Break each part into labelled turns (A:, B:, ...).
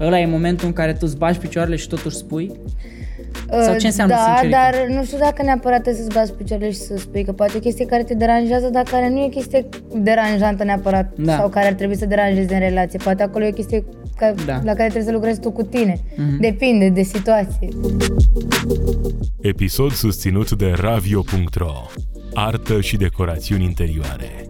A: Ăla e momentul în care tu îți bagi picioarele și totuși spui? Sau
B: Uh,
A: ce înseamnă
B: da,
A: sinceritate?
B: dar nu știu dacă neapărat trebuie să-ți bați picioarele și să spui că poate e chestie care te deranjează, dar care nu e chestie deranjantă neapărat
A: Da.
B: sau care ar trebui să deranjezi în relație. Poate acolo e o chestie ca,
A: Da. Mhm.
B: la care trebuie să lucrezi tu cu tine. Depinde de situație.
C: Episod susținut de Ravio.ro Artă și decorațiuni interioare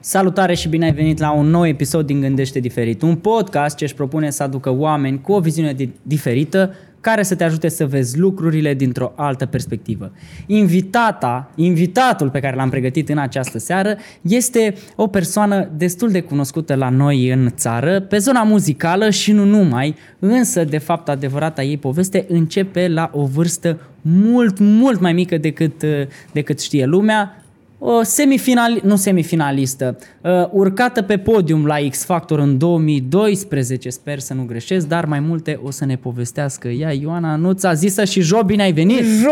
A: Salutare și bine ai venit la un nou episod din Gândește Diferit, un podcast ce își propune să aducă oameni cu o viziune di- diferită care să te ajute să vezi lucrurile dintr-o altă perspectivă. Invitata, invitatul pe care l-am pregătit în această seară este o persoană destul de cunoscută la noi în țară, pe zona muzicală și nu numai, însă de fapt adevărata ei poveste începe la o vârstă mult, mult mai mică decât, uh, decât știe lumea, o semifinal, nu semifinalistă, uh, urcată pe podium la X Factor în 2012, sper să nu greșesc, dar mai multe o să ne povestească ea, Ioana Nuța, zisă și Jo, bine ai venit!
B: Jo!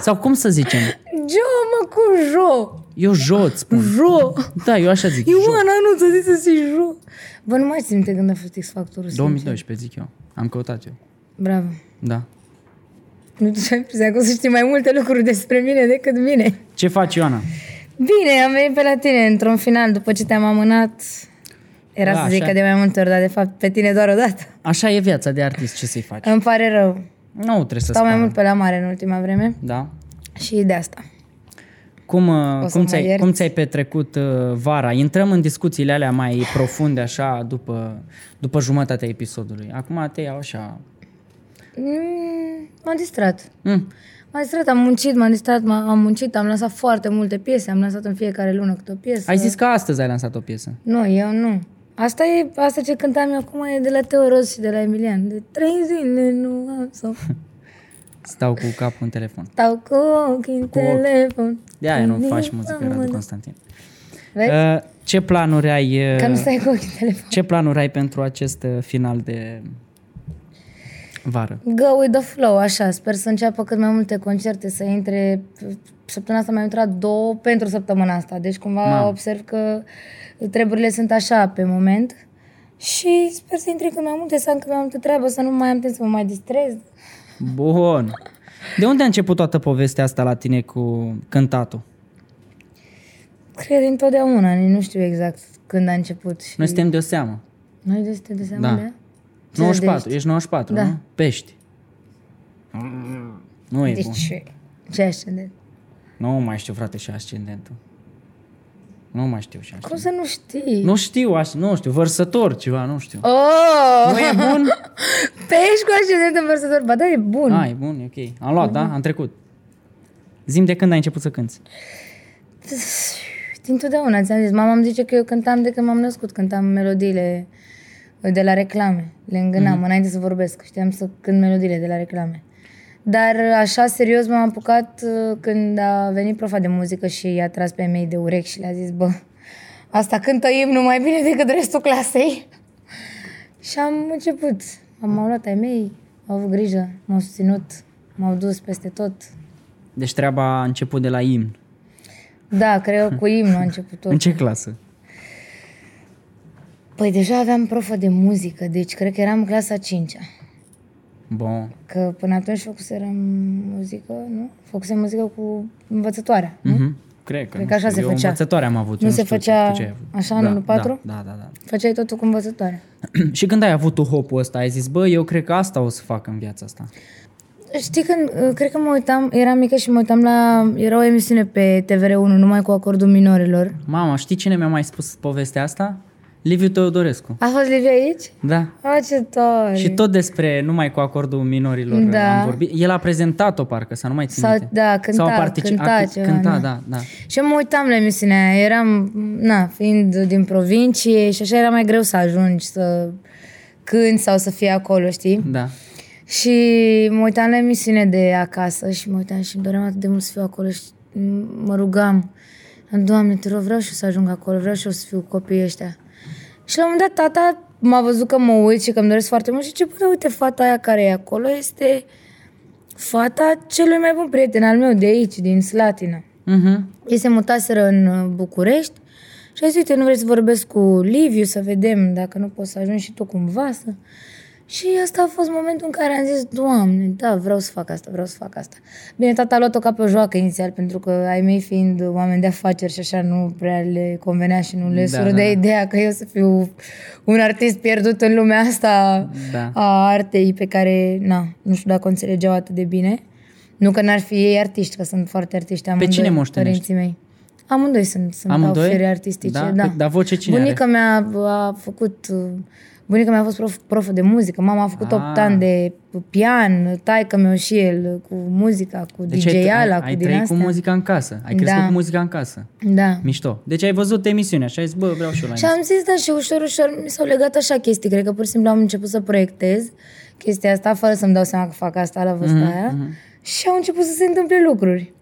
A: Sau cum să zicem?
B: Jo, mă, cu Jo!
A: Eu Jo îți spun.
B: Jo!
A: Da, eu așa zic, Jo.
B: Ioana, nu, ți-a zis să zici Jo! Bă, nu mai țin minte când a fost X-Factorul. sincer.
A: 2012 zic eu, am căutat eu.
B: Bravo.
A: Da.
B: Nu tu ai impresia că o să știi mai multe lucruri despre mine decât mine.
A: Ce faci, Ioana?
B: Bine, am venit pe la tine într-un final după ce te-am amânat. Era
A: Da,
B: da, să zic
A: așa.
B: că de mai multe ori, dar de fapt pe tine doar o dată.
A: Așa e viața de artist, ce să-i faci?
B: Îmi pare rău.
A: Nu trebuie să
B: Stau mai
A: spun.
B: mult pe la mare în ultima vreme
A: Da?
B: și de asta.
A: Cum, uh,
B: O să
A: cum,
B: mă
A: ți-ai,
B: ierți.
A: cum ți-ai petrecut uh, vara? Intrăm în discuțiile alea mai profunde așa după, după jumătatea episodului. Acum te iau așa...
B: Mm, m-am distrat.
A: Mm.
B: M-am distrat, am muncit, m-am distrat, m- am muncit, am lansat foarte multe piese, am lansat în fiecare lună câte o piesă.
A: Ai zis că astăzi ai lansat o piesă.
B: Nu, eu nu. Asta e, asta ce cântam eu acum e de la Teo Roz și de la Emilian. De trei zile nu am să
A: Stau cu capul în telefon.
B: stau cu ochii în telefon.
A: De aia nu
B: Când
A: faci
B: eu
A: muzică,
B: am
A: Radu
B: mână-
A: Constantin.
B: Păi, Vezi?
A: Uh, ce planuri ai...
B: Că nu
A: Uh,
B: stai cu ochii în telefon.
A: ce planuri ai pentru acest uh, final de vară?
B: Go with the flow, așa. Sper să înceapă cât mai multe concerte, să intre... Săptămâna asta mi-au intrat două pentru săptămâna asta. Deci cumva
A: Mamă.
B: observ că treburile sunt așa pe moment. Și sper să intre cât mai multe, să am cât mai multă treabă, să nu mai am timp să mă mai distrez.
A: Bun. De unde a început toată povestea asta la tine cu cântatul?
B: Cred întotdeauna, nici nu știu exact când a început. Și...
A: Noi suntem de o seamă.
B: Noi de este de seama
A: Da.
B: de ea? Ce
A: 94,
B: de
A: ești 94,
B: Da.
A: nu? Pești. Nu e
B: ești?
A: bun.
B: Deci, ce ascendent?
A: Nu mai știu, frate, și ascendentul. Nu mai știu și
B: Cum
A: ascendentul.
B: să nu știi?
A: Nu știu, aș, nu știu, vărsător ceva, nu știu.
B: Oh!
A: Nu e bun?
B: Pești cu ascendent în vărsător. Ba da, e bun.
A: Ah, e bun, e ok. Am luat, da? Am trecut. Zim de când ai început să cânti.
B: Dintotdeauna, ți-am zis, mama îmi zice că eu cântam de când m-am născut, cântam melodiile de la reclame, le îngânam mm-hmm. înainte să vorbesc, știam să cânt melodiile de la reclame. Dar așa serios m-am apucat uh, când a venit profa de muzică și i-a tras pe ai mei de urechi și le-a zis, bă, asta cântă imnul mai bine decât restul clasei. și am început, am luat ai mei, au avut grijă, m-au susținut, m-au dus peste tot.
A: Deci treaba a început de la imn.
B: Da, cred că cu imnul a început tot.
A: În ce clasă?
B: Păi deja aveam profă de muzică, deci cred că eram în clasa 5
A: Bun.
B: Că până atunci făcuserăm muzică, nu? Făcusem muzică cu învățătoarea. Mm-hmm.
A: Mhm. Cred că,
B: Cred
A: nu
B: că așa
A: știu,
B: se
A: eu
B: făcea.
A: învățătoare am avut.
B: Nu
A: eu
B: se
A: știu
B: făcea
A: tu ce ai avut.
B: așa în anul patru?
A: Da, da, da. da.
B: Făceai totul cu învățătoarea.
A: și când ai avut tu hopul ăsta? Ai zis, bă, eu cred că asta o să fac în viața asta.
B: Știi când, uh, cred că mă uitam, eram mică și mă uitam la, era o emisiune pe TVR1, numai cu acordul minorilor.
A: Mama, știi cine mi-a mai spus povestea asta? Liviu Teodorescu.
B: A fost Liviu aici?
A: Da.
B: A, ce tare!
A: Și tot despre numai cu acordul minorilor
B: Da.
A: am vorbit. El a prezentat-o parcă, să nu mai țin
B: Sau-
A: minte.
B: da, cânta,
A: Sau a partici-
B: cânta
A: a,
B: ceva,
A: cânta,
B: da.
A: da, da.
B: Și eu mă uitam la emisiunea aia, eram, na, fiind din provincie și așa era mai greu să ajungi să cânti sau să fii acolo, știi?
A: Da.
B: Și mă uitam la emisiune de acasă și mă uitam și îmi doream atât de mult să fiu acolo și m- mă rugam. Am, Doamne, te rog, vreau și eu să ajung acolo, vreau și eu să fiu cu copiii ăștia. Și la un moment dat tata m-a văzut că mă uit și că îmi doresc foarte mult și ce bă, uite, fata aia care e acolo este fata celui mai bun prieten al meu de aici, din Slatina.
A: Uh-huh.
B: Ei se mutaseră în uh, București și a zis, uite, nu vrei să vorbesc cu Liviu, să vedem dacă nu poți să ajungi și tu cumva să... Și asta a fost momentul în care am zis, Doamne, da, vreau să fac asta, vreau să fac asta. Bine, tata a luat-o ca pe o joacă inițial, pentru că ai mei fiind oameni de afaceri și așa nu prea le convenea și nu le
A: Da,
B: da, sură
A: da,
B: de
A: da.
B: ideea că eu să fiu un artist pierdut în lumea asta
A: Da.
B: a artei pe care, na, nu știu dacă o înțelegeau atât de bine. Nu că n-ar fi ei artiști, că sunt foarte artiști amândoi,
A: cine moștenești?
B: părinții mei. Amândoi sunt, sunt
A: Amândoi?
B: au fire artistice,
A: Da?
B: da.
A: Pe- dar voce cine
B: Bunica mea a făcut... uh, Bunica mea a fost prof, profă de muzică, mama a făcut
A: Ah.
B: 8 ani de pian, taică meu și el cu muzica, cu
A: Deci ai,
B: DJ-ala,
A: ai,
B: cu
A: ai
B: din
A: trăit
B: astea.
A: cu muzica în casă. Ai crescut
B: Da.
A: cu muzica în casă.
B: Da.
A: Mișto. Deci ai văzut emisiunea și ai zis, bă, vreau și eu la
B: Și am zis, da, și ușor, ușor mi s-au legat așa chestii. Cred că pur și simplu am început să proiectez chestia asta, fără să-mi dau seama că fac asta la vârsta mm-hmm, aia. Și au început să se întâmple lucruri.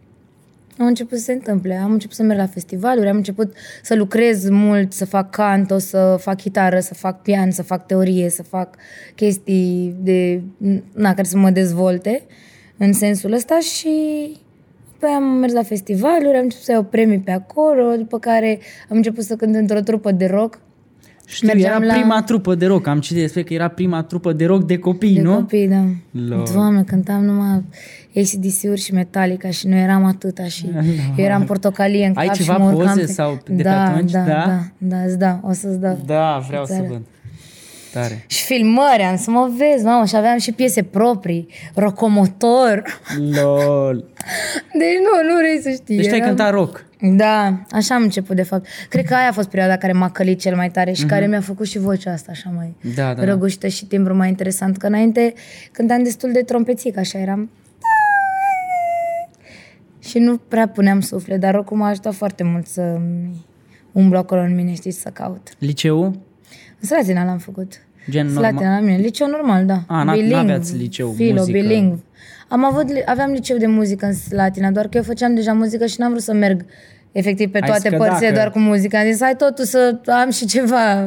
B: Au început să se întâmple. Am început să merg la festivaluri, am început să lucrez mult, să fac canto, să fac chitară, să fac pian, să fac teorie, să fac chestii de, na, care să mă dezvolte în sensul ăsta și Păi am mers la festivaluri, am început să iau premii pe acolo, după care am început să cânt într-o trupă de rock
A: Știu,
B: mergeam
A: era
B: la-
A: prima trupă de rock. Am citit despre că era prima trupă de rock de copii,
B: de
A: nu?
B: copii, da.
A: Lord.
B: Doamne, cântam numai ACDC-uri și Metallica și noi eram atâta și eu eram portocalie în
A: Ai
B: cap
A: ceva
B: și mă urcam
A: poze
B: pe...
A: sau de pe
B: da,
A: atunci?
B: Da,
A: Da?
B: da, da, îți dau, o să-ți dau.
A: Da, vreau să
B: Tare.
A: văd. Tare.
B: Și filmări, am să mă vezi, mamă, și aveam și piese proprii, rocomotor.
A: LOL.
B: Deci nu, nu vrei să știi.
A: Deci tu ai
B: eram-
A: cântat rock.
B: Da, așa am început de fapt. Cred că aia a fost perioada care m-a călit cel mai tare și
A: Mhm.
B: mm-hmm. care mi-a făcut și vocea asta așa mai
A: Da, da, da.
B: răgușită și timbru mai interesant. Că înainte cântam destul de trompețic, așa eram... Și nu prea puneam suflet, dar oricum a ajutat foarte mult să umblu acolo în mine, știi, să caut.
A: Liceu?
B: În Slatina l-am făcut.
A: Gen normal.
B: Slatina la mine, liceu normal, da.
A: A, n-
B: Bilingv,
A: n-aveați liceu
B: filo,
A: muzică.
B: bilingv. Am avut, aveam liceu de muzică în Slatina, doar că eu făceam deja muzică și n-am vrut să merg efectiv pe
A: Ai
B: toate
A: zis că
B: părțile
A: dacă-
B: doar cu muzica. Am zis, hai totul să am și ceva.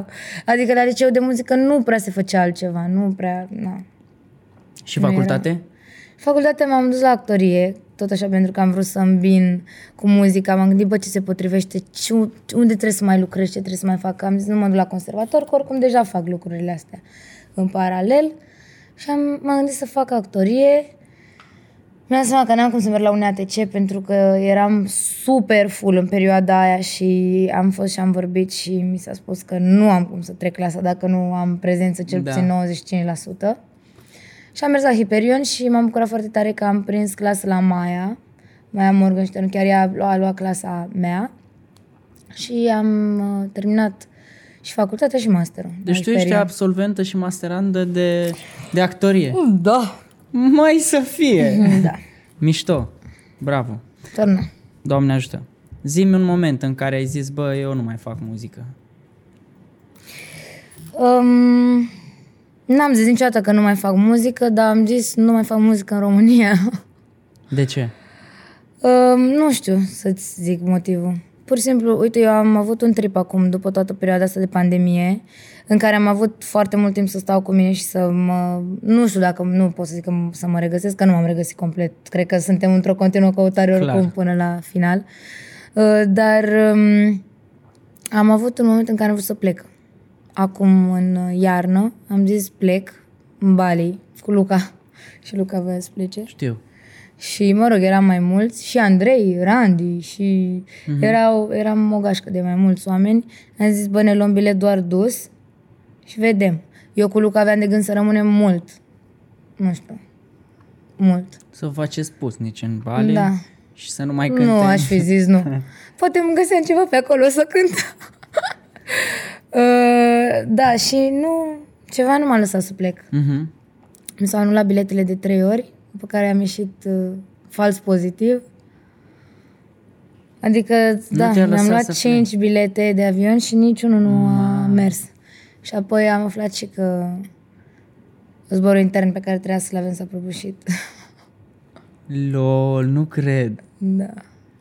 B: Adică la liceu de muzică nu prea se făcea altceva, nu prea, na.
A: Și facultate?
B: Facultatea m-am dus la actorie, tot așa pentru că am vrut să îmbin cu muzica, m-am gândit, bă, ce se potrivește, ce, unde trebuie să mai lucrez, ce trebuie să mai fac. Am zis, nu mă duc la conservator, că oricum deja fac lucrurile astea în paralel. Și am, m-am gândit să fac actorie. Mi-am dat seama că n-am cum să merg la un ATC pentru că eram super full în perioada aia și am fost și am vorbit și mi s-a spus că nu am cum să trec clasa dacă nu am prezență cel
A: Da.
B: puțin 95%. Și am mers la Hyperion și m-am bucurat foarte tare că am prins clasă la Maia. Maia Morgenstern, chiar ea a luat, a luat clasa mea. Și am uh, terminat și facultatea și masterul. la
A: Deci tu ești
B: Hyperion.
A: absolventă și masterandă de, de actorie.
B: Da.
A: Mai să fie!
B: Da.
A: Mișto. Bravo.
B: Torna.
A: Doamne ajută. Zi-mi un moment în care ai zis, bă, eu nu mai fac muzică.
B: Um, n-am zis niciodată că nu mai fac muzică, dar am zis nu mai fac muzică în România.
A: De ce?
B: um, nu știu să-ți zic motivul. Pur și simplu, uite, eu am avut un trip acum, după toată perioada asta de pandemie, în care am avut foarte mult timp să stau cu mine și să mă... Nu știu dacă nu pot să zic că m- să mă regăsesc, că nu m-am regăsit complet. Cred că suntem într-o continuă căutare
A: Clar.
B: oricum până la final. Uh, dar um, am avut un moment în care am vrut să plec. Acum, în uh, iarnă, am zis plec în Bali cu Luca. Și Luca voia să plece.
A: Știu.
B: Și, mă rog, eram mai mulți, și Andrei, Randy, și mm-hmm. erau, eram o gașcă de mai mulți oameni. Am zis, bă, ne luăm bilet doar dus și vedem. Eu cu Luca aveam de gând să rămânem mult. Nu știu. Mult.
A: Să faceți pusnici în bale
B: Da.
A: și să nu mai cântem.
B: Cântem. Nu, aș fi zis nu. Poate îmi găseam ceva pe acolo să cânt. Uh, da, și nu, ceva nu m-a lăsat să plec.
A: Mhm.
B: Mi s-au anulat biletele de trei ori, după care am ieșit uh, fals pozitiv. Adică,
A: Nu
B: da,
A: te-a
B: mi-am
A: lăsat
B: luat
A: să
B: cinci bilete de avion și niciunul nu a mers. Și apoi am aflat și că zborul intern pe care trebuia să-l avem s-a prăbușit.
A: Lol, nu cred.
B: da.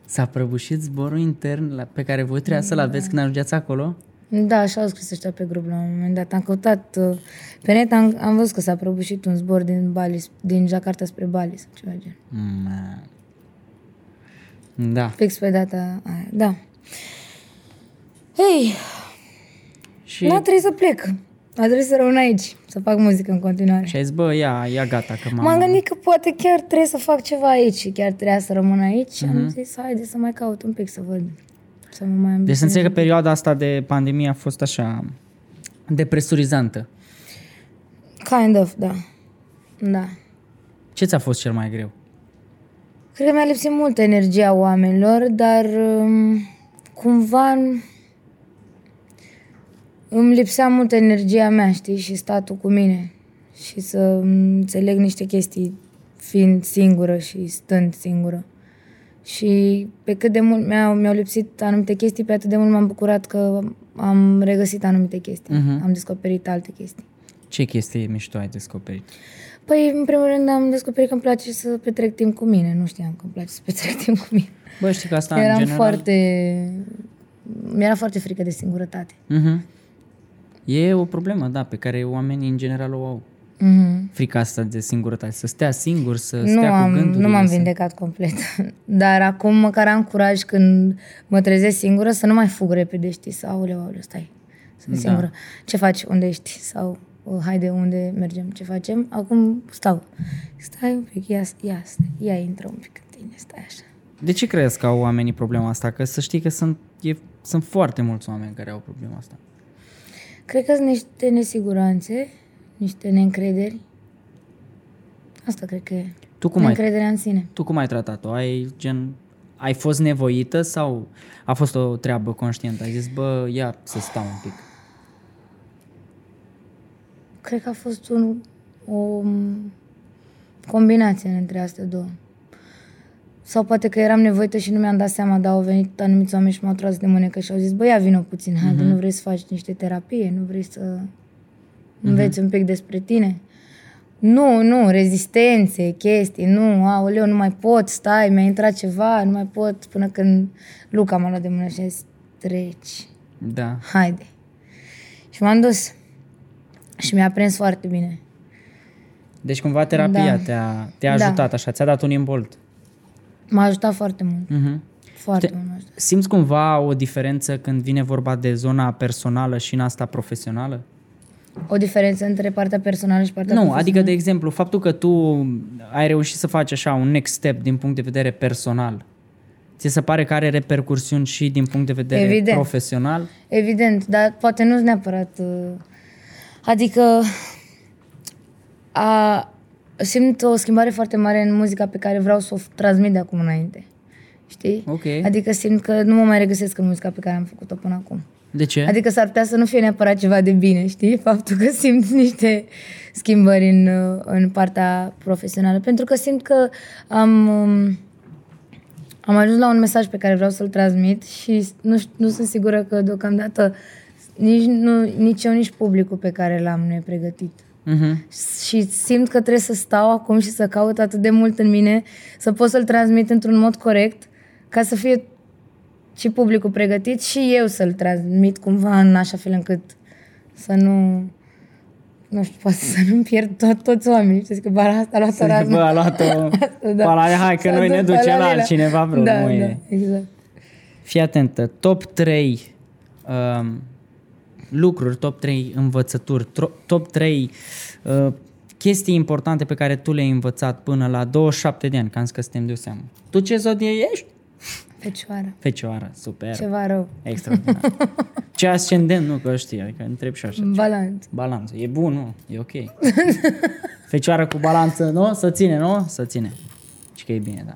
A: S-a prăbușit zborul intern la, pe care voi trebuia să-l aveți când ajungeați acolo?
B: Da, așa au scris ăștia pe grup la un moment dat. Am căutat uh, pe net, am, am văzut că s-a prăbușit un zbor din Bali, din Jakarta spre Bali sau ceva gen.
A: Man. Mm. Da.
B: Fix pe data aia, da. Hei,
A: Și,
B: n-a trebuit să plec. A trebuit să rămân aici, să fac muzică în continuare.
A: și ai zis, bă, ia, ia gata că m-am...
B: M-am gândit că poate chiar trebuie să fac ceva aici și chiar trebuia să rămân aici. Mm-hmm. Am zis, haide să mai caut un pic să văd, să mă mai
A: Deci să
B: ambiționez.
A: înțeleg că perioada asta de pandemie a fost așa depresurizantă.
B: Kind of, da. Da.
A: Ce ți-a fost cel mai greu?
B: Cred că mi-a lipsit mult energia oamenilor, dar um, cumva în- îmi lipsea mult energia mea, știi, și statul cu mine. Și să înțeleg niște chestii fiind singură și stând singură. Și pe cât de mult mi-au, mi-au lipsit anumite chestii, pe atât de mult m-am bucurat că am regăsit anumite chestii.
A: Mhm.
B: Am descoperit alte chestii.
A: Ce chestii mișto ai descoperit?
B: Păi, în primul rând, am descoperit că îmi place să petrec timp cu mine. Nu știam că îmi place să petrec timp cu mine.
A: Bă, știi că asta
B: Eram
A: Da, în general...
B: foarte... Mi-era foarte frică de singurătate.
A: Mhm. E o problemă, da, pe care oamenii în general o au.
B: Mm-hmm.
A: Frica asta de singurătate, să stea singur, să
B: Nu,
A: stea
B: am,
A: cu gândurile.
B: nu m-am
A: să-
B: vindecat complet. Dar acum măcar am curaj când mă trezesc singură să nu mai fug repede, știi? Sau, aoleu, aoleu, stai, sunt
A: Da.
B: singură. Ce faci? Unde ești? Sau, "O, haide, unde mergem? Ce facem? Acum stau. Stai un pic, ia, ia, stai, ia intră un pic în tine, stai așa.
A: De ce crezi că au oamenii problema asta? Că să știi că sunt, e, sunt foarte mulți oameni care au problema asta.
B: Cred că sunt niște nesiguranțe, niște neîncrederi. Asta cred că e.
A: Tu cum ai,
B: Neîncrederea în sine.
A: tu cum ai tratat-o? Ai, gen, ai fost nevoită sau a fost o treabă conștientă? Ai zis, bă, ia să stau un pic.
B: Cred că a fost un, o combinație între astea două. Sau poate că eram nevoită și nu mi-am dat seama, dar au venit anumiți oameni și m-au tras de mânecă și au zis, băi, ia vină puțin, haide, nu vrei să faci niște terapie, nu vrei să înveți un pic despre tine. Nu, nu, rezistențe, chestii, nu, aoleu, nu mai pot, stai, mi-a intrat ceva, nu mai pot, până când Luca m-a luat de mână și a zis, treci,
A: Da.
B: haide. Și m-am dus. Și mi-a prins foarte bine.
A: Deci cumva terapia
B: Da.
A: te-a, te-a
B: Da.
A: ajutat așa, ți-a dat un imbolt.
B: M-a ajutat foarte mult.
A: Mhm.
B: Foarte
A: Te-
B: mult m-a ajutat.
A: Simți cumva o diferență când vine vorba de zona personală și în asta
B: Da,
A: profesională?
B: O diferență între partea personală și partea
A: Nu,
B: profesională?
A: adică, de exemplu, faptul că tu ai reușit să faci așa un next step din punct de vedere personal, ți se pare că are repercursiuni și din punct de vedere
B: Evident.
A: profesional?
B: Evident, dar poate nu neapărat... uh, Adică a, simt o schimbare foarte mare în muzica pe care vreau să o f- transmit de acum înainte. Știi?
A: Ok.
B: Adică simt că nu mă mai regăsesc în muzica pe care am făcut-o până acum.
A: De ce?
B: Adică s-ar putea să nu fie neapărat ceva de bine, știi? Faptul că simt niște schimbări în, uh, în partea profesională. Pentru că simt că am, um, am ajuns la un mesaj pe care vreau să-l transmit și nu, ș- nu sunt sigură că deocamdată nici, nu, nici eu, nici publicul pe care l-am nu e pregătit.
A: Mhm.
B: Și simt că trebuie să stau acum și să caut atât de mult în mine, să pot să-l transmit într-un mod corect, ca să fie și publicul pregătit și eu să-l transmit cumva în așa fel încât să nu... Nu știu, poate să nu-mi pierd tot, toți oamenii. Știți că bara asta a luat-o
A: Bă,
B: razna.
A: a luat-o...
B: Da.
A: Pala, hai că
B: S-a
A: noi ne
B: dus
A: ducem la
B: paralela.
A: altcineva, bro,
B: Da,
A: nu
B: da,
A: e.
B: exact.
A: Fii atentă, top 3 um, lucruri, top 3 învățături, tro- top 3 uh, chestii importante pe care tu le-ai învățat până la 27 de ani, cam că suntem de o seamă. Tu ce zodie ești?
B: Fecioară.
A: Fecioară, super, Ceva.
B: Ceva rău.
A: extraordinar. ce ascendent, nu că știi, adică întreb și așa.
B: Balanț.
A: Balanță, e bun, nu? E ok. Fecioară cu balanță, nu? Să ține, nu? Să ține. Și că e bine, da.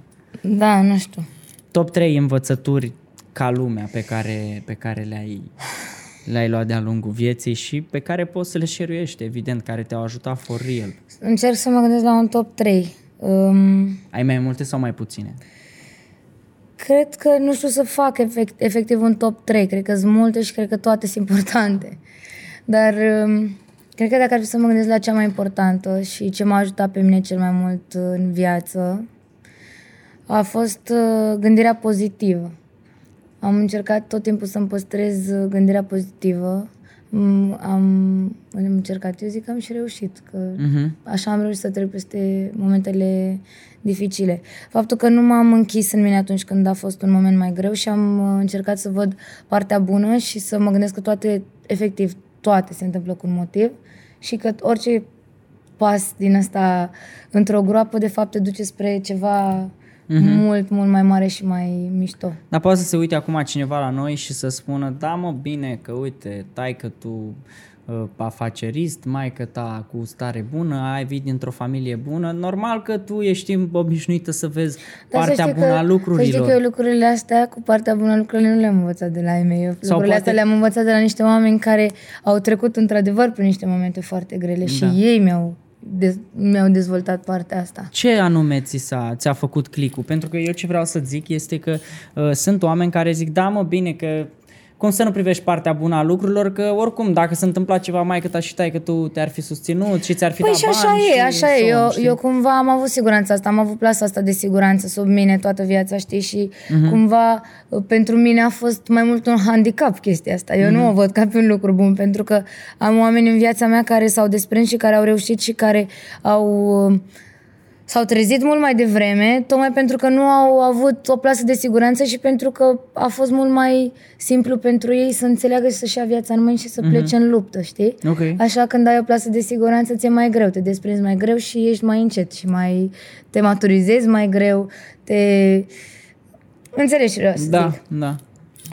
B: Da, nu știu.
A: Top 3 învățături ca lumea pe care, pe care le-ai, le-ai luat de-a lungul vieții și pe care poți să le șeruiești, evident, care te-au ajutat for real.
B: Încerc să mă gândesc la un top 3. Um,
A: Ai mai multe sau mai puține?
B: Cred că nu știu să fac efect, efectiv un top 3. Cred că sunt multe și cred că toate sunt importante. Dar um, cred că dacă ar fi să mă gândesc la cea mai importantă și ce m-a ajutat pe mine cel mai mult uh, în viață, a fost uh, gândirea pozitivă. Am încercat tot timpul să-mi păstrez uh, gândirea pozitivă. m- am, am încercat, eu zic că am și reușit, că
A: Mhm.
B: așa am reușit să trec peste momentele dificile. Faptul că nu m-am închis în mine atunci când a fost un moment mai greu și am uh, încercat să văd partea bună și să mă gândesc că toate, efectiv, toate se întâmplă cu un motiv și că orice pas din asta într-o groapă, de fapt, te duce spre ceva mult, mult mai mare și mai mișto.
A: Dar poate să se uite acum cineva la noi și să spună, da mă, bine că uite, tai că tu uh, afacerist, maică ta cu stare bună, ai vit dintr-o familie bună, normal că tu ești obișnuită să vezi
B: Dar să
A: partea
B: știi
A: bună a
B: Să știi
A: lucrurilor.
B: că eu lucrurile astea, cu partea bună a lucrurilor, nu le-am învățat de la ei mei. Eu lucrurile
A: poate-
B: astea le-am învățat de la niște oameni care au trecut într-adevăr prin niște momente foarte
A: Da.
B: grele și ei mi-au, de- mi-au dezvoltat partea asta.
A: Ce anume ți, s-a, ți-a făcut clicul? Pentru că eu ce vreau să zic este că uh, sunt oameni care zic, da mă, bine că cum să nu privești partea bună a lucrurilor, că oricum dacă s-a întâmplat ceva mai cât și tai că tu te-ar fi susținut și ți-ar fi
B: Păi
A: dat
B: și așa
A: bani
B: e, așa
A: și
B: e. Eu,
A: știi?
B: eu cumva am avut siguranța asta, am avut plasa asta de siguranță sub mine toată viața, știi, și
A: Mhm.
B: cumva uh, pentru mine a fost mai mult un handicap chestia asta. Eu
A: Mhm.
B: nu o văd ca pe un lucru bun, pentru că am oameni în viața mea care s-au desprins și care au reușit și care au... uh, s-au trezit mult mai devreme, tocmai pentru că nu au avut o plasă de siguranță și pentru că a fost mult mai simplu pentru ei să înțeleagă și să-și ia viața în mâini și să
A: Mhm.
B: plece în luptă, știi?
A: Ok.
B: Așa când ai o plasă de siguranță ți-e mai greu, te desprinzi mai greu și ești mai încet și mai te maturizezi mai greu, te... Înțelegi ce vreau să
A: Da,
B: zic.
A: da.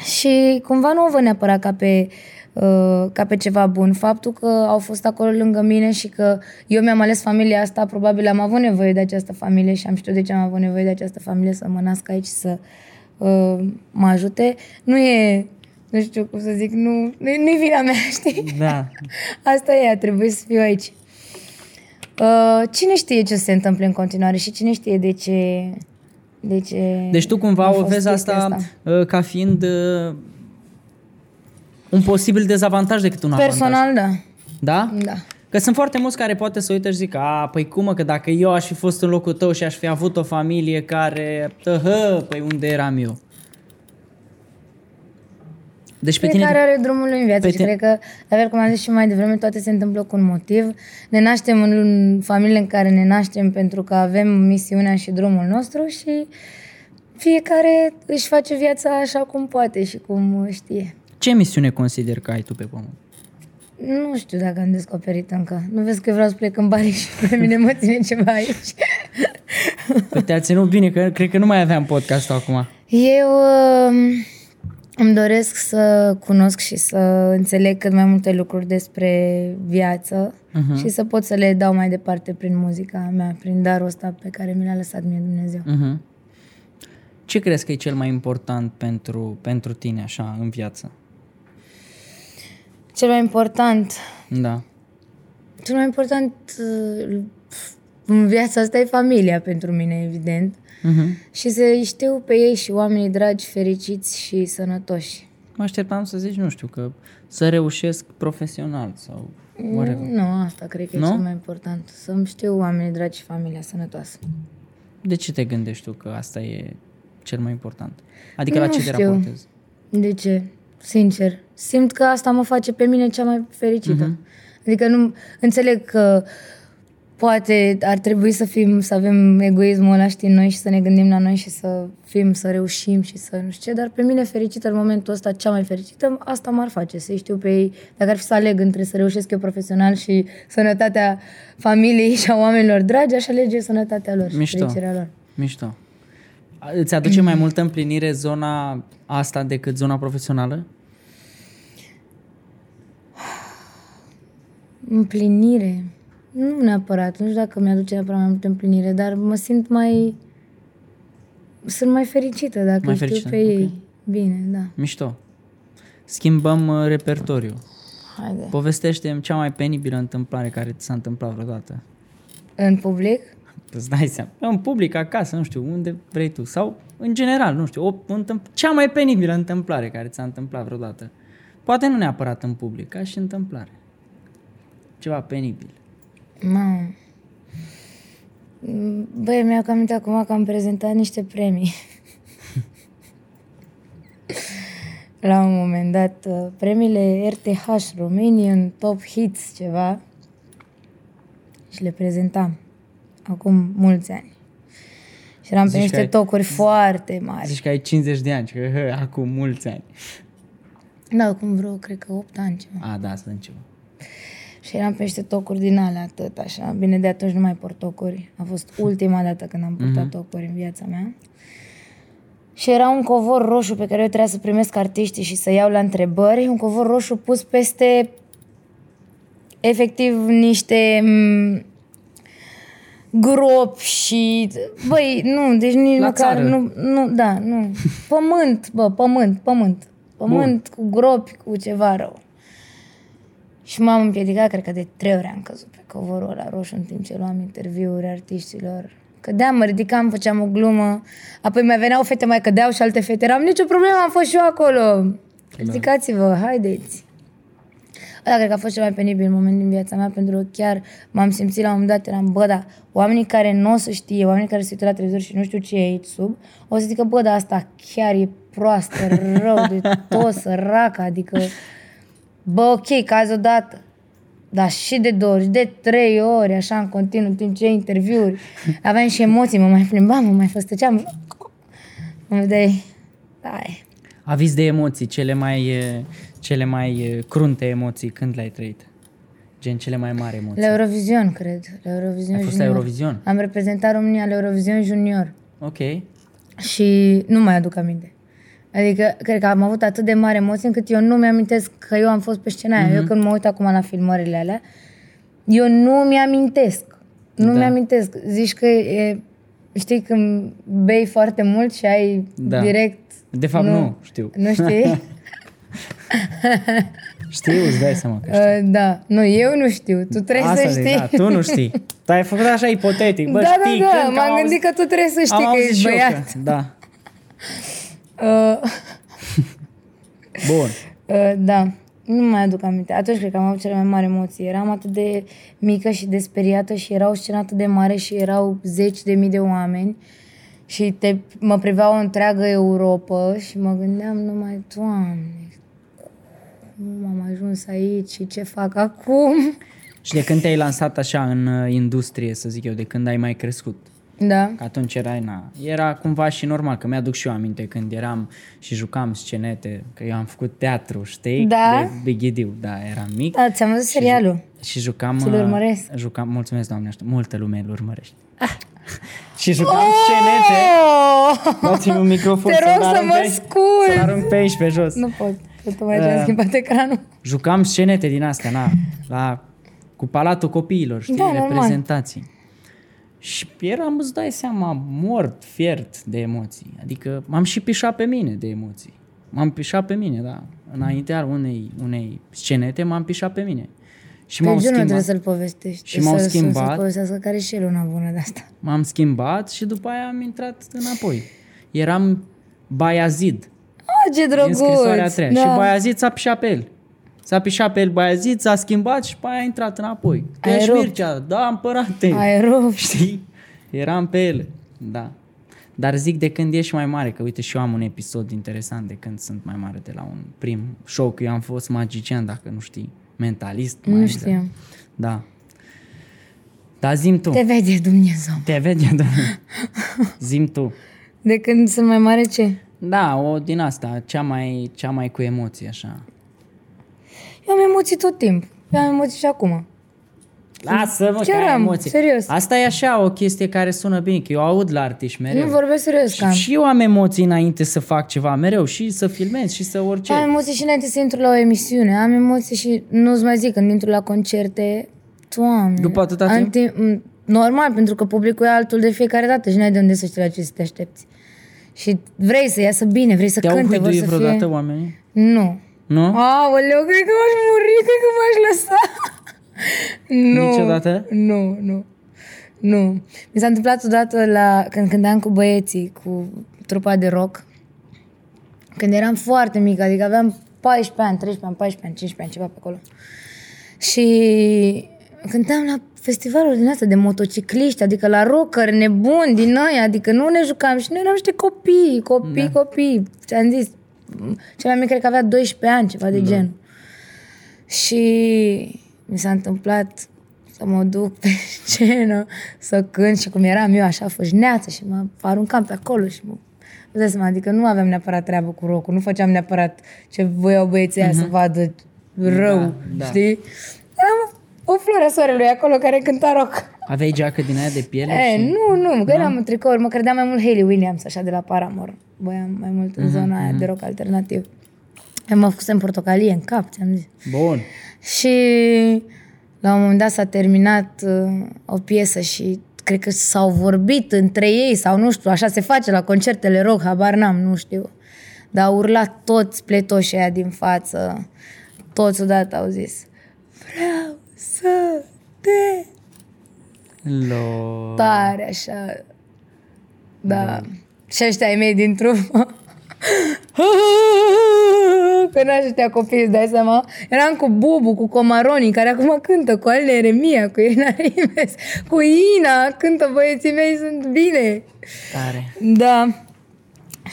B: Și cumva nu o văd neapărat ca pe, uh, ca pe ceva bun. Faptul că au fost acolo lângă mine și că eu mi-am ales familia asta, probabil am avut nevoie de această familie și am știut de ce am avut nevoie de această familie să mă nasc aici, să uh, mă ajute. Nu e, nu știu cum să zic, nu, nu- nu-i vina mea, știi?
A: Da.
B: Asta e, a trebuit să fiu aici. Uh, cine știe ce se întâmplă în continuare și cine știe de ce... De ce
A: Deci tu
B: a
A: cumva o
B: fost
A: vezi asta,
B: chestia
A: uh, ca fiind uh, un posibil dezavantaj decât un avantaj.
B: Personal, da.
A: Da?
B: Da.
A: Că sunt foarte mulți care poate să uită și zic, a, păi cum mă, că dacă eu aș fi fost în locul tău și aș fi avut o familie care, tăhă, păi unde eram eu? Deci pe tine...
B: Fiecare are drumul lui în viață
A: pe
B: și
A: tine-
B: cred că, la fel cum am zis și mai devreme, toate se întâmplă cu un motiv. Ne naștem în familiile în care ne naștem pentru că avem misiunea și drumul nostru și fiecare își face viața așa cum poate și cum știe.
A: Ce misiune consider că ai tu pe pământ?
B: Nu știu dacă am descoperit încă. Nu vezi că eu vreau să plec în Bali și pe mine mă ține ceva aici.
A: Păi te-a ținut bine, că cred că nu mai aveam podcast acum.
B: Eu um, îmi doresc să cunosc și să înțeleg cât mai multe lucruri despre viață și să pot să le dau mai departe prin muzica mea, prin darul ăsta pe care mi l-a lăsat mie Dumnezeu.
A: Uh-huh. Ce crezi că e cel mai important pentru, pentru tine, așa, în viață?
B: Cel mai important,
A: Da.
B: cel mai important uh, în viața asta e familia pentru mine, evident.
A: Uh-huh.
B: Și să știu pe ei și oamenii dragi, fericiți și sănătoși.
A: Mă așteptam să zici, nu știu, că să reușesc profesional sau whatever.
B: Nu, asta cred că
A: Nu?
B: e cel mai important. Să-mi știu oamenii dragi și familia sănătoasă.
A: De ce te gândești tu că asta e cel mai important? Adică la
B: Nu
A: ce te
B: știu.
A: raportezi?
B: De ce? Sincer. Simt că asta mă face pe mine cea mai fericită. Mm-hmm. Adică nu înțeleg că poate ar trebui să fim, să avem egoismul ăla, știi, în noi și să ne gândim la noi și să fim, să reușim și să nu știu ce, dar pe mine fericită în momentul ăsta, cea mai fericită, asta m-ar face, să știu pe ei, dacă ar fi să aleg între să reușesc eu profesional și sănătatea familiei și a oamenilor dragi, aș alege sănătatea lor și
A: Mișto.
B: fericirea lor.
A: Mișto. A- Îți aduce mai multă împlinire zona asta decât zona profesională?
B: Împlinire? Nu neapărat. Nu știu dacă mi-aduce neapărat mai multă împlinire, dar mă simt mai... Sunt mai fericită dacă
A: Mai
B: mai știu
A: fericită,
B: fericită, pe
A: ok.
B: okay. ei. Bine, da.
A: Mișto. Schimbăm uh, repertoriu.
B: Haide.
A: Povestește-mi cea mai penibilă întâmplare care ți s-a întâmplat vreodată.
B: În public?
A: Îți dai seama. În public, acasă, nu știu, unde vrei tu. Sau, în general, nu știu, o, întâmpl- cea mai penibilă întâmplare care ți-a întâmplat vreodată. Poate nu neapărat în public, ca și întâmplare. Ceva penibil.
B: Mamă. Băi, mi-a cam amintit acum că am prezentat niște premii. la un moment dat uh, premiile RTH Romanian Top Hits ceva și le prezentam acum mulți ani. Și eram pe
A: Zici că
B: niște
A: ai-
B: tocuri foarte mari.
A: Zici că ai 50 de ani, și că hă, acum mulți ani.
B: Da, acum vreo, cred că 8 ani ceva.
A: A, da, să încep.
B: Și eram pe niște tocuri din alea, atât așa. Bine, de atunci nu mai port tocuri. A fost ultima dată când am purtat tocuri în viața mea. Și era un covor roșu pe care eu trebuia să primesc artiștii și să iau la întrebări. Un covor roșu pus peste, efectiv, niște m, gropi și... Băi, nu, deci nici
A: La
B: măcar...
A: țară.
B: Nu, nu, da, nu. Pământ, bă, pământ, pământ. Pământ cu gropi, cu ceva rău. Și m-am împiedicat, cred că de trei ori am căzut pe covorul ăla roșu în timp ce luam interviuri artiștilor. Cădeam, mă ridicam, făceam o glumă, apoi mai veneau fete, mai cădeau și alte fete. Eram nicio problemă, am fost și eu
A: Da.
B: acolo. Ridicați-vă, haideți. Ăla cred că a fost cel mai penibil moment din viața mea, pentru că chiar m-am simțit la un moment dat, eram, bă, da, oamenii care nu o să știe, oamenii care se uită la televizor și nu știu ce e aici sub, o să zică, bă, da, asta chiar e proastă, rău de tot, săracă, adică, bă, ok, caz odată, dar și de două ori, și de trei ori, așa, în continuu, în timp ce iei interviuri, aveam și emoții, mă mai plimbam, mă mai făstăceam, îmi vedeai, da, e.
A: Aviz de emoții, cele mai, e, cele mai e, crunte emoții, când le-ai trăit? Gen, cele mai mari emoții.
B: La Eurovision, cred. La Eurovision
A: Ai fost la
B: Junior.
A: Eurovision?
B: Am reprezentat România la Eurovision Junior
A: Ok.
B: și nu mai aduc aminte. Adică, cred că am avut atât de mare emoție încât eu nu mi-amintesc că eu am fost pe scena aia.
A: Mhm.
B: Eu când mă uit acum la filmările alea, eu nu mi-amintesc. Nu
A: Da.
B: mi-amintesc. Zici că e, știi când bei foarte mult și ai
A: Da.
B: direct...
A: De fapt, nu, știu.
B: Nu știi? Uh,
A: Știu, îți dai seama că știu.
B: Uh, da. Nu, eu nu știu. Tu trebuie
A: Asta
B: să
A: zic,
B: știi.
A: Da, tu nu știi. Tu ai făcut așa ipotetic. Bă,
B: da,
A: știi,
B: da, da,
A: când, că am
B: m-am
A: auzit-
B: gândit că tu trebuie să știi
A: am
B: că
A: auzit
B: ești
A: și eu
B: băiat.
A: Că, da.
B: Uh,
A: Bun.
B: Uh, da, nu mai aduc aminte. Atunci cred că am avut cele mai mari emoții. Eram atât de mică și de speriată și era o scenă atât de mare și erau zeci de mii de oameni și te, mă privea o întreagă Europa și mă gândeam numai, Doamne, cum am ajuns aici și ce fac acum?
A: Și de când te-ai lansat așa în uh, industrie, să zic eu, de când ai mai crescut?
B: Da.
A: Că atunci era, na, era cumva și normal, că mi-aduc și eu aminte când eram și jucam scenete, că eu am făcut teatru, știi?
B: Da?
A: De Bighidiu, da, eram mic.
B: da ți-am văzut serialul.
A: Și jucam...
B: Ți-l
A: uh,
B: urmăresc. Ah.
A: Jucam, mulțumesc, doamne, așa, multă lume îl urmărește. și jucam scenete.
B: Oh!
A: Dați-mi un microfon
B: Te
A: să-l
B: rog să
A: arunc
B: mă
A: pe-
B: sculzi!
A: Să arunc pe aici, pe jos.
B: Nu pot, că tu mai
A: Eh.
B: ai schimbat ecranul.
A: Jucam scenete din astea, na, la, cu Palatul Copiilor, știi,
B: Da, normal.
A: reprezentații. Și eram, îți dai seama, mort, fiert de emoții. Adică m-am și pișat pe mine de emoții. M-am pișat pe mine, da. Înaintea unei, unei scenete m-am pișat pe mine. Și
B: Pe
A: m-au
B: Giu nu
A: schimbat,
B: trebuie să-l povestești.
A: Și m-au
B: Să- să-
A: schimbat.
B: Să-l povestească care și el una bună de asta.
A: m-am schimbat și după aia am intrat înapoi. Eram Baiazid,
B: Ah, ce
A: din
B: drăguț!
A: scrisoarea a treia.
B: Da.
A: Și Baiazid s-a pișat pe el. S-a pișat pe el Baiazid, s-a schimbat și pe aia a intrat înapoi. Tu
B: Ai
A: ești
B: rupt.
A: Mircea, da, împărate.
B: Ai rup.
A: Știi? Eram pe ele, da. Dar zic de când ești mai mare, că uite și eu am un episod interesant de când sunt mai mare de la un prim show, că eu am fost magician, dacă nu știi, mentalist.
B: Nu
A: mai
B: știam.
A: Exact. Da. Dar zim tu.
B: Te
A: Te,
B: vede Dumnezeu.
A: te vede, da. zim tu.
B: De când sunt mai mare ce?
A: Da, o din asta, cea mai, cea mai cu emoții, așa.
B: Eu am emoții tot timp. Eu am emoții și acum.
A: Lasă, mă,
B: Chiar
A: că ai
B: am,
A: emoții.
B: serios.
A: Asta e așa o chestie care sună bine, că eu aud la artiști mereu.
B: Nu vorbesc serios
A: Și,
B: cam.
A: și eu am emoții înainte să fac ceva mereu și să filmez și să orice.
B: Am emoții și înainte să intru la o emisiune. Am emoții și nu-ți mai zic când intru la concerte. Doamne.
A: După atâta
B: Am
A: timp?
B: timp- m, Normal, pentru că publicul e altul de fiecare dată și n-ai de unde să știi la ce să te aștepți. Și vrei să iasă bine, vrei să
A: Te-au
B: cânte, vrei
A: huiduit
B: să
A: vreodată
B: fie...
A: oamenii?
B: Nu.
A: Nu?
B: Aoleu, cred că m-aș muri, cred că m-aș lăsa. nu.
A: Niciodată?
B: Nu, nu. Nu. Mi s-a întâmplat odată la, când cântam cu băieții, cu trupa de rock, când eram foarte mică, adică aveam 14 ani, 13 ani, 14 ani, 15 ani, ceva pe acolo. Și cântam la festivalul din asta de motocicliști, adică la rocker nebuni din noi, adică nu ne jucam și noi eram niște copii, copii, da. copii. Ți-am zis, cel mai mic cred că avea 12 ani, ceva de da. genul. Și mi s-a întâmplat să mă duc pe scenă, să cânt și cum eram eu așa fâșneață și mă aruncam pe acolo și mă Îți dai seama, adică nu aveam neapărat treabă cu rock nu făceam neapărat ce voiau băieții uh-huh. să vadă rău, da,
A: da.
B: da. știi? Eram o floare a soarelui acolo care cânta rock.
A: Aveai geacă din aia de piele?
B: E,
A: și...
B: nu, nu, că eram în tricouri, mă credeam mai mult Hayley Williams, așa, de la Paramore. Voiam mai mult în zona aia de rock alternativ. Eu mă făcusem portocalie în cap, ți-am zis.
A: Bun.
B: Și la un moment dat s-a terminat uh, o piesă și cred că s-au vorbit între ei sau nu știu, așa se face la concertele rock, habar n-am, nu știu. Dar au urlat toți pletoșii aia din față, toți odată au zis, vreau să te
A: Lo...
B: tare, așa. Da. Și ăștia ai mei din trupă. Că n ăștia copii, îți dai seama. Eram cu Bubu, cu Comaroni, care acum cântă, cu Alina Eremia, cu Irina Rimes, cu Ina, cântă băieții mei, sunt bine.
A: Tare.
B: Da.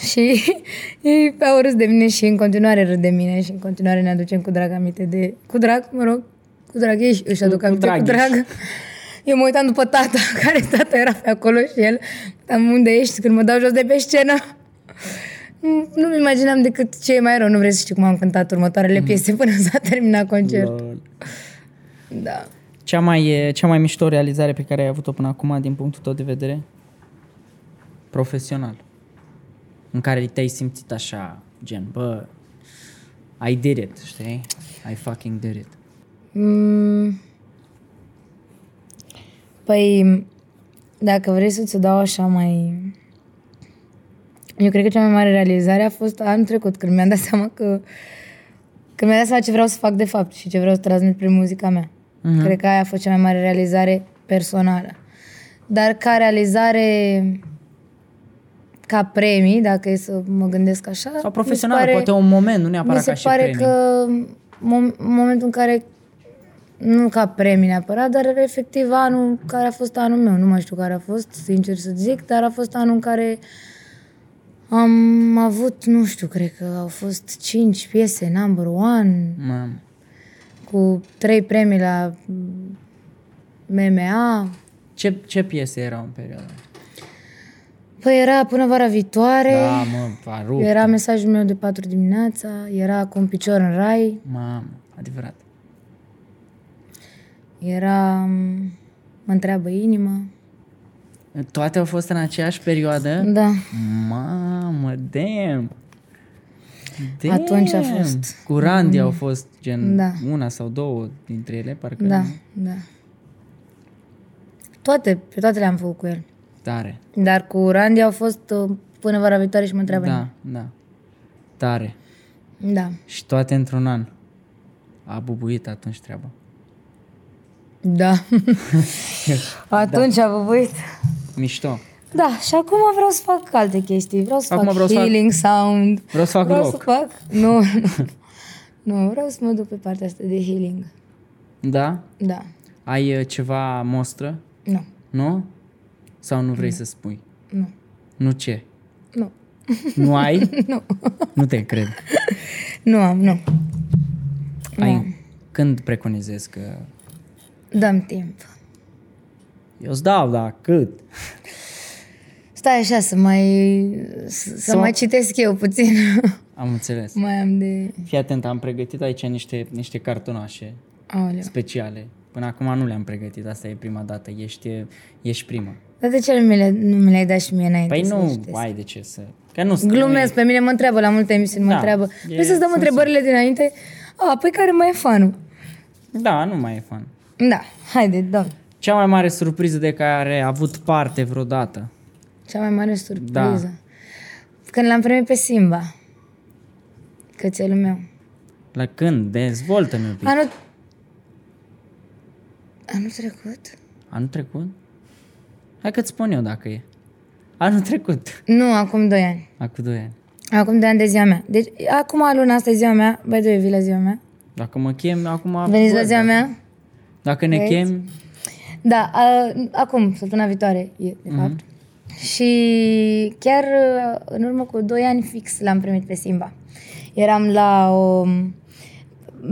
B: Și ei au râs de mine și în continuare râd de mine și în continuare ne aducem cu drag aminte de... Cu drag, mă rog, cu drag ei își aduc
A: cu
B: aminte cu
A: drag
B: drag. Eu mă uitam după tata, care tata era pe acolo și el, am unde ești când mă dau jos de pe scenă. Nu- Nu-mi imaginam decât ce e mai rău, nu vrei să știi cum am cântat următoarele piese până s-a terminat concert.
A: Lol.
B: Da.
A: Cea mai, cea mai mișto realizare pe care ai avut-o până acum din punctul tău de vedere? Profesional. În care te-ai simțit așa, gen, bă, I did it, știi? I fucking did it.
B: Mm. Păi, dacă vrei să ți-o dau așa mai... Eu cred că cea mai mare realizare a fost anul trecut, când mi-am dat seama că... Când mi-am dat seama ce vreau să fac de fapt și ce vreau să transmit prin muzica mea.
A: Mhm.
B: Uh-huh. Cred că aia a fost cea mai mare realizare personală. Dar ca realizare ca premii, dacă e să mă gândesc așa... mi
A: Sau
B: se
A: profesional, pare... poate un moment, nu neapărat
B: mi se
A: ca și
B: pare
A: premii.
B: că mom- momentul în care, nu ca premii neapărat, dar efectiv anul care a fost anul meu, nu mai știu care a fost, sincer să zic, dar a fost anul în care am avut, nu știu, cred că au fost 5 piese number one,
A: Mamă.
B: cu 3 premii la mm, MMA.
A: Ce, ce piese erau în perioada aia?
B: Păi era până vara viitoare,
A: Da, mă, a rupt.
B: era mesajul meu de 4 dimineața, era cu un picior în rai,
A: Mamă, adevărat.
B: Era... m, Mă întreabă inima.
A: Toate au fost în aceeași perioadă?
B: Da.
A: Mamă, damn! damn.
B: Atunci a fost. Mm.
A: Cu Randy au fost gen da.
B: Da.
A: una sau două dintre ele, parcă.
B: Da,
A: nu?
B: da. Toate, pe toate le-am făcut cu el.
A: Tare.
B: Dar cu Randy au fost uh, până vara viitoare și mă întreabă
A: Da, da. Tare.
B: inima. Da.
A: Și toate într-un an. A bubuit atunci treaba.
B: Da. Atunci da. a văzut.
A: Mișto.
B: Da, și acum vreau să fac alte chestii. Vreau să
A: Acum
B: fac
A: vreau să fac-
B: healing sound.
A: Vreau să fac
B: vreau
A: loc.
B: să fac... Nu, nu. nu, vreau să mă duc pe partea asta de healing.
A: Da?
B: Da.
A: Ai uh, ceva mostră?
B: Nu.
A: Nu? Sau nu vrei să spui?
B: Nu.
A: Nu ce?
B: Nu.
A: Nu ai? nu. Nu te cred.
B: Nu am, nu.
A: Ai, când preconizezi că...
B: Dăm timp.
A: Eu îți dau, dar cât?
B: Stai așa să mai să, să
A: Sau-
B: mai citesc eu puțin.
A: Am înțeles.
B: mai am de
A: Fii atent, am pregătit aici niște, niște cartonașe
B: Aoleu.
A: speciale. Până acum nu le-am pregătit, asta e prima dată, ești, ești prima.
B: Dar de ce nu mi, le, nu mi le-ai dat și mie înainte?
A: Păi
B: să le
A: nu
B: citesc?
A: ai de ce să... Că nu
B: Glumesc, pe mine mă întreabă la multe emisiuni, mă
A: Da,
B: întreabă.
A: e-
B: Vrei să-ți dăm
A: sunt
B: întrebările dinainte? A, păi care mai e fanul?
A: Da, nu mai e fan.
B: Da, haide, dăm.
A: Cea mai mare surpriză de care ai avut parte vreodată.
B: Cea mai mare
A: Da.
B: surpriză. Când l-am primit pe Simba. Cățelul meu.
A: Păi. La când? Dezvoltă-mi un pic.
B: Anul... Anul trecut?
A: Anul trecut? Hai că-ți spun eu dacă e. Anul trecut.
B: Nu, acum 2 ani.
A: Acum 2 ani.
B: Acum 2 ani de ziua mea. Deci, acum luna asta e ziua mea. Băi, doi, vii la ziua mea.
A: Dacă mă chem, acum...
B: Veniți la
A: văd.
B: ziua mea?
A: Dacă ne
B: Vezi?
A: chem,
B: Da, a, acum, săptămâna viitoare e, de fapt. Și chiar a, în urmă cu 2 ani fix l-am primit pe Simba. Eram la o...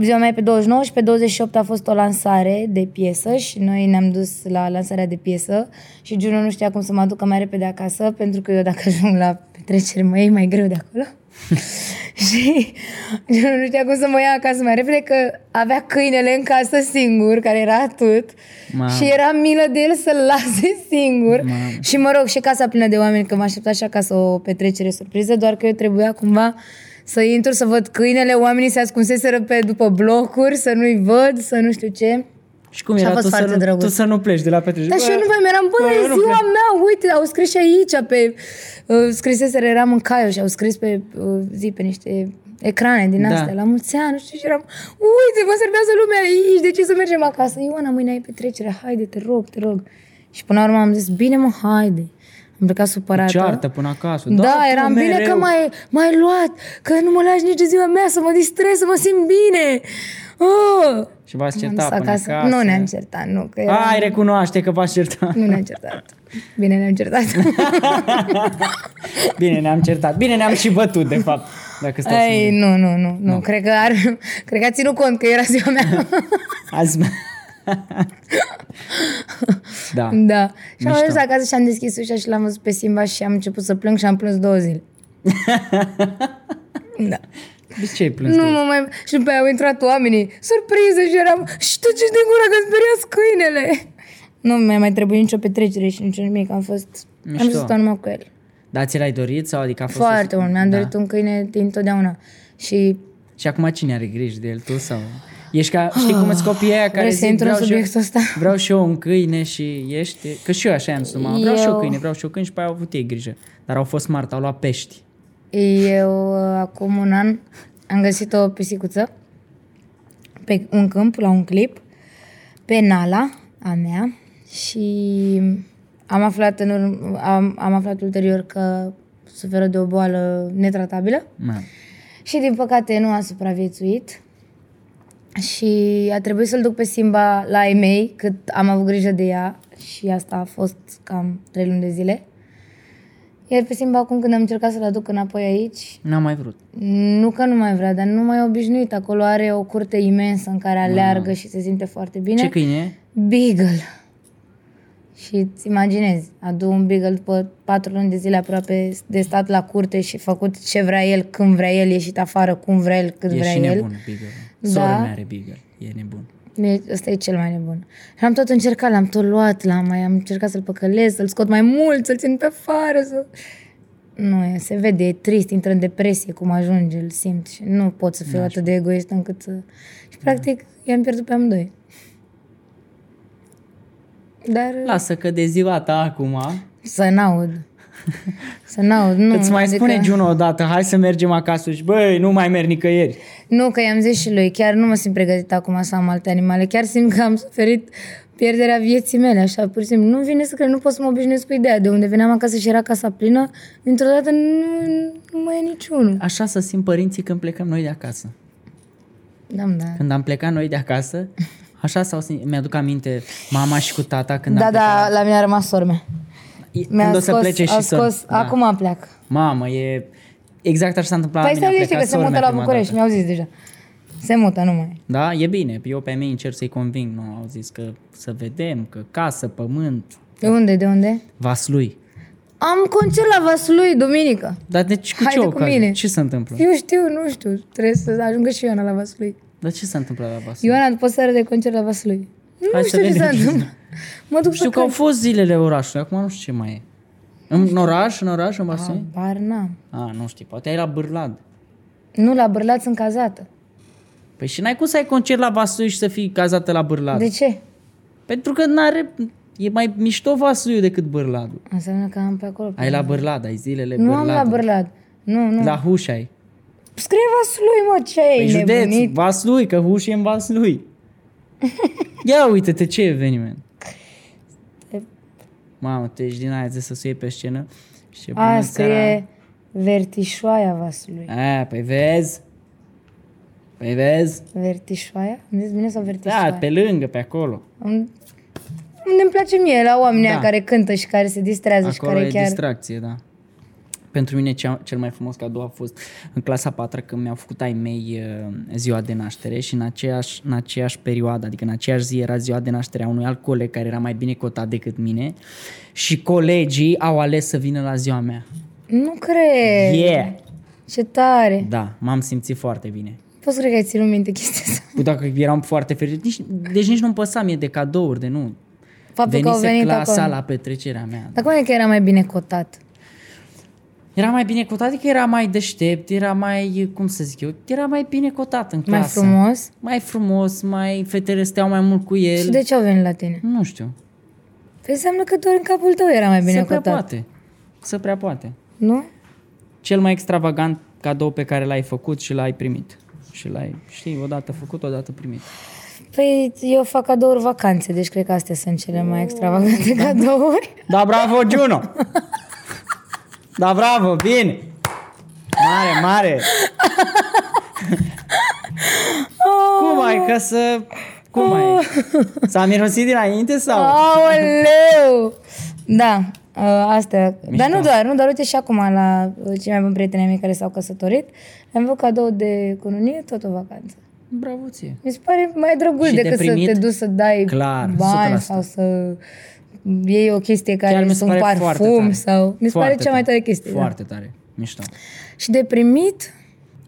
B: Ziua mea e pe 29 și pe 28 a fost o lansare de piesă și noi ne-am dus la lansarea de piesă și Giulio nu știa cum să mă aducă mai repede acasă pentru că eu dacă ajung la petrecere mă iei mai greu de acolo. și Giulio nu știa cum să mă ia acasă mai repede că avea câinele în casă singur, care era atât.
A: Mamă.
B: Și era milă de el să-l lase singur.
A: Mamă.
B: Și mă rog, și casa plină de oameni, că mă aștepta și acasă o petrecere surpriză, doar că eu trebuia cumva să intru, să văd câinele, oamenii se ascunseseră pe după blocuri, să nu-i văd, să nu știu ce.
A: Și cum
B: Și a
A: era
B: fost
A: tu să,
B: foarte
A: nu,
B: drăguț.
A: tu să nu pleci de la petrecere?
B: Dar și eu nu mai eram, bă,
A: bă,
B: e
A: eu nu
B: ziua
A: plec.
B: mea, uite, au scris și aici pe... Uh, scriseseră, eram în Caio și au scris pe uh, zi, pe niște ecrane din
A: Da.
B: astea, la mulți ani, nu știu, și eram, uite, mă servează lumea aici, de ce să mergem acasă? Ioana, mâine ai petrecere, haide, te rog, te rog. Și până la urmă am zis, bine mă, haide. Am plecat supărată.
A: Ceartă până acasă.
B: Da,
A: tu
B: eram bine
A: mereu.
B: că mai, mai luat, că nu mă lași nici de ziua mea să mă distrez, să mă simt bine. Oh!
A: Și v-ați
B: M-am
A: certat
B: dus
A: până acasă.
B: Nu ne-am certat, nu. Că eram...
A: Ai, recunoaște că v-ați certat.
B: Nu ne-am certat. Bine, ne-am certat.
A: Bine, ne-am certat. Bine, ne-am și bătut, de fapt. Dacă stau să
B: Ei, nu, nu, nu, nu. Cred că ar, cred că a ținut cont că era ziua
A: Ah,
B: mea.
A: Azi... da.
B: da. Și am
A: Mișto.
B: ajuns acasă și am deschis ușa și l-am văzut pe Simba și am început să plâng și am plâns două zile. da.
A: De ce ai plâns?
B: Nu
A: Nu.
B: mă mai... Și după aia au intrat oamenii. Surpriză și eram... Și tu ce din gura că speriați câinele? Nu mi-a mai trebuit nicio petrecere și nici nimic. Am fost...
A: Mișto.
B: Am fost numai cu el.
A: Dar ți l-ai dorit? Sau adică a fost
B: Foarte mult. Mi-am
A: Da.
B: dorit un câine din totdeauna. Și
A: Și acum cine are grijă de el, tu sau... Ești ca, știi cum îți copiii aia care
B: Ah, Vrei să
A: zic,
B: intru în
A: vreau, și
B: subiectul
A: eu,
B: ăsta?"
A: vreau și eu un câine și ești... Că și eu așa am sumat. Vreau și eu
B: Eu-
A: câine, vreau și eu câine și pe aia au avut ei grijă. Dar au fost smart, au luat pești.
B: eu uh, acum un an am găsit o pisicuță pe un câmp, la un clip, pe Nala, a mea, și am aflat, în urmă, am, am aflat ulterior că suferă de o boală netratabilă.
A: Ma.
B: Și din păcate nu a supraviețuit. Și a trebuit să-l duc pe Simba la ei mei, cât am avut grijă de ea și asta a fost cam trei luni de zile. Iar pe Simba acum când am încercat să-l aduc înapoi aici,
A: N-am mai vrut.
B: nu că nu mai vrea, dar nu mai e obișnuit. Acolo are o curte imensă în care aleargă și se simte foarte bine.
A: Ce câine e?
B: Beagle. Și îți imaginezi, adu un beagle după patru luni de zile aproape de stat la curte și făcut ce vrea el, când vrea el, ieșit afară, cum vrea el, cât
A: E
B: vrea
A: și
B: el.
A: nebun, Beagle. Sora
B: Da.
A: mea are Beagle. E nebun.
B: E- Ăsta e cel mai nebun. Și am tot încercat, l-am tot luat, l-am mai am încercat să-l păcălesc, să-l scot mai mult, să-l țin pe afară, să... Nu, e, se vede, e trist, intră în depresie cum ajunge, îl simt și nu pot să
A: Da,
B: fiu atât de egoist încât să... Și practic i-am pierdut pe amândoi. Dar...
A: Lasă că de ziua ta acum...
B: Să n-aud. Să n-aud, nu. adică
A: Îți mai spune Juno odată, hai să mergem acasă și băi, nu mai merg nicăieri.
B: Nu, că i-am zis și lui, chiar nu mă simt pregătită acum să am alte animale. Chiar simt că am suferit pierderea vieții mele, așa, pur și simplu. Nu vine să cred, nu pot să mă obișnuiesc cu ideea. De unde veneam acasă și era casa plină, dintr-o dată nu, nu mai e niciunul.
A: Așa să simt părinții când plecăm noi de acasă.
B: Da, da.
A: Când am plecat noi de acasă, așa s-au simt, mi-aduc aminte mama și cu tata când
B: Da,
A: am plecat.
B: da, la mine a rămas sorme.
A: Când o să plece
B: a
A: și Da. să...
B: scos, acum pleacă.
A: Mamă, e exact așa s-a întâmplat
B: Păi
A: la mine.
B: stai
A: a
B: liniște că
A: plecat sora
B: se mută
A: mea
B: la
A: prima
B: București,
A: dată.
B: mi-au zis deja. Se mută, nu mai. e.
A: Da, e bine. Eu pe mine încerc să-i conving. Nu, au zis că să vedem, că casă, pământ,
B: De unde, de unde?
A: vaslui.
B: Am concert la Vaslui, duminică.
A: Dar deci cu ce
B: Haide cu
A: ocazie?
B: mine.
A: Ce se întâmplă?
B: Eu știu, nu știu. Trebuie să ajungă și Ioana la Vaslui.
A: Dar ce se întâmplă la vaslui?
B: Ioana, după seară de concert la Vaslui. Nu
A: Hai să
B: știu ce
A: vedem
B: s-a
A: ce se
B: întâmplat. Mă duc
A: Știu
B: pe
A: că au fost zilele orașului, acum nu știu ce mai e. În oraș, în oraș, în Vaslui?
B: Bar n-am.
A: A, nu știi, poate ai la Bârlad.
B: Nu, la Bârlaț sunt cazată.
A: Păi și n-ai cum să ai concert la Vaslui și să fii cazată la Bârlad.
B: De ce?
A: Pentru că n-are... E mai mișto Vasluiu decât Bârladul.
B: Înseamnă că am pe acolo.
A: Ai la Bârlad, ai zilele
B: nu
A: Bârlad.
B: am la Bârlad. Nu, nu.
A: La Huș ai.
B: Scrie Vaslui, mă, ce
A: Păi
B: ai
A: județ,
B: nebunit?
A: Vaslui, că Huș e în Vaslui. Ia uite-te ce eveniment. Mamă, tu ești din aia ți să suie pe scenă și
B: A,
A: bună seara.
B: scrie Vertișoaia Vaslui.
A: A, păi vezi? Păi vezi?
B: Vertișoaia? Am zis bine sau
A: Da,
B: Vertișoaia?
A: pe lângă, pe acolo.
B: Unde îmi place mie, la oamenii
A: Da.
B: da. care cântă și care se distrează și
A: Acolo
B: care
A: e
B: chiar...
A: distracție, da. Pentru mine cea, cel mai frumos cadou a fost în clasa 4 când mi-au făcut ai mei uh, ziua de naștere și în aceeași, în aceeași perioadă, adică în aceeași zi era ziua de naștere a unui alt coleg care era mai bine cotat decât mine și colegii au ales să vină la ziua mea.
B: Nu cred.
A: Yeah!
B: Ce tare.
A: Da, m-am simțit foarte bine.
B: Poți cred că ai ținut minte chestia asta.
A: Cu Dacă eram foarte fericit, nici, deci nici nu-mi păsa mie de cadouri, de nu.
B: Faptul că au
A: Venise
B: venit
A: clasa
B: acolo.
A: la petrecerea mea. da.
B: Dar cum e că era mai bine cotat?
A: Era mai bine cotat, adică era mai deștept, era mai, cum să zic eu, era mai bine cotat în
B: Mai
A: clasă.
B: frumos?
A: Mai frumos, mai fetele steau mai mult cu el.
B: Și de ce au venit la tine?
A: Nu știu.
B: Păi înseamnă că doar în capul tău era mai bine
A: să prea
B: cotat.
A: poate. Să prea poate.
B: Nu?
A: Cel mai extravagant cadou pe care l-ai făcut și l-ai primit. Și l-ai, știi, odată făcut, odată primit.
B: Păi eu fac cadouri vacanțe, deci cred că astea sunt cele mai extravagante
A: Oh.
B: cadouri.
A: Da, bravo, Juno! Da, bravo, bine! Mare, mare! Cum ai, ca să... Cum ai? S-a mirosit dinainte sau?
B: Aoleu! Da, ă, astea. Dar nu doar, nu doar. Uite și acum la ă, cei mai buni prieteni ai mei care s-au căsătorit, am avut cadou de cununie, tot o vacanță.
A: Bravo ție!
B: Mi se pare mai drăguț
A: Și de
B: decât să
A: primit?
B: te duci să dai
A: Clar,
B: bani
A: 100%.
B: sau să iei o chestie
A: Chiar
B: care
A: mi se
B: sunt
A: pare foarte
B: parfum
A: tare.
B: sau... Mi se pare
A: Foarte
B: cea mai tare chestie. da.
A: Foarte tare, mișto.
B: Și de primit,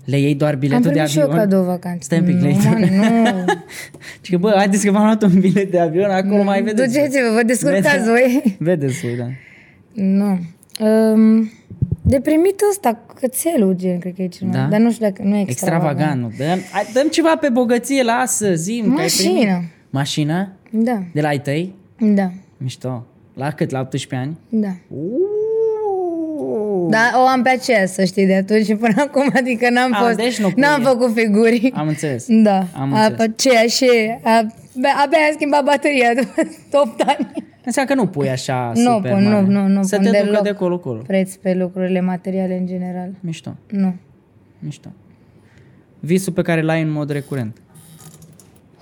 A: Le iei doar
B: am
A: biletul de
B: primit și eu
A: avion?
B: cadou vacanță.
A: Stai un pic, le
B: nu, mă, nu.
A: Și că, bă, haideți că v-am luat un bilet de avion,
B: Mm,
A: acolo mai vedeți.
B: Duceți-vă, vă descurcați voi.
A: Vedeți voi, da.
B: Nu. Um, de primit ăsta, cățelul, gen, cred că e cel mai...
A: Da?
B: Dar nu știu dacă nu e extravagant.
A: Extravagant, nu. Dăm, hai, dăm ceva pe bogăție, lasă, zim. că ai primit.
B: Mașină.
A: Mașină?
B: Da,
A: De la ai tăi?
B: da,
A: Mișto. La cât? La 18 ani? Da.
B: da. Dar o am pe aceea, să știi, de atunci și până acum, adică n-am
A: A,
B: fost,
A: deci nu pui.
B: n-am făcut figuri.
A: Am înțeles.
B: Da,
A: Am
B: a,
A: înțeles.
B: aceea și a, abia am schimbat bateria după 8 ani.
A: Înseamnă că nu pui așa
B: Nu
A: super
B: pun,
A: mare.
B: nu, nu, nu
A: Să
B: pun
A: te ducă
B: deloc.
A: de colo-colo.
B: Preț pe lucrurile materiale în general.
A: Mișto,
B: Nu.
A: mișto. Visul pe care l-ai în mod recurent.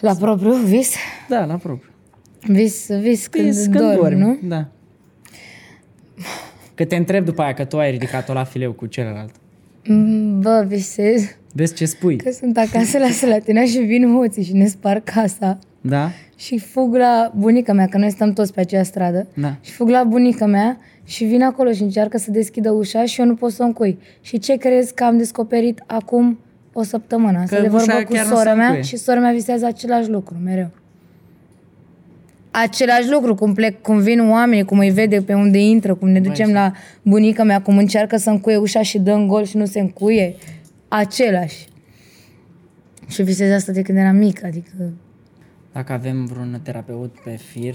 B: La propriu vis?
A: Da, la propriu.
B: Vis, vis când,
A: Vis,
B: vis, dormi, nu?
A: Da. Că te întreb după aia că tu ai ridicat-o la fileu cu celălalt.
B: Mm, Bă, visez.
A: Vezi ce spui,
B: Că sunt acasă la Slatina și vin hoții și ne spar casa.
A: da?
B: Și fug la bunica mea, că noi stăm toți pe aceea stradă.
A: Da.
B: Și fug la bunica mea și vin acolo și încearcă să deschidă ușa și eu nu pot să o încui. Și ce crezi că am descoperit acum o săptămână? Asta
A: Că
B: de
A: ușa
B: vorbă cu
A: chiar nu se
B: sora mea
A: încuie.
B: și sora mea visează același lucru mereu. Același lucru, cum plec, cum vin oamenii, cum îi vede pe unde intră, cum ne ducem la bunica mea, cum încearcă să încuie ușa și dă în gol și nu se încuie. Același. Și visez asta de când eram mică, adică
A: Dacă avem vreun terapeut pe fir,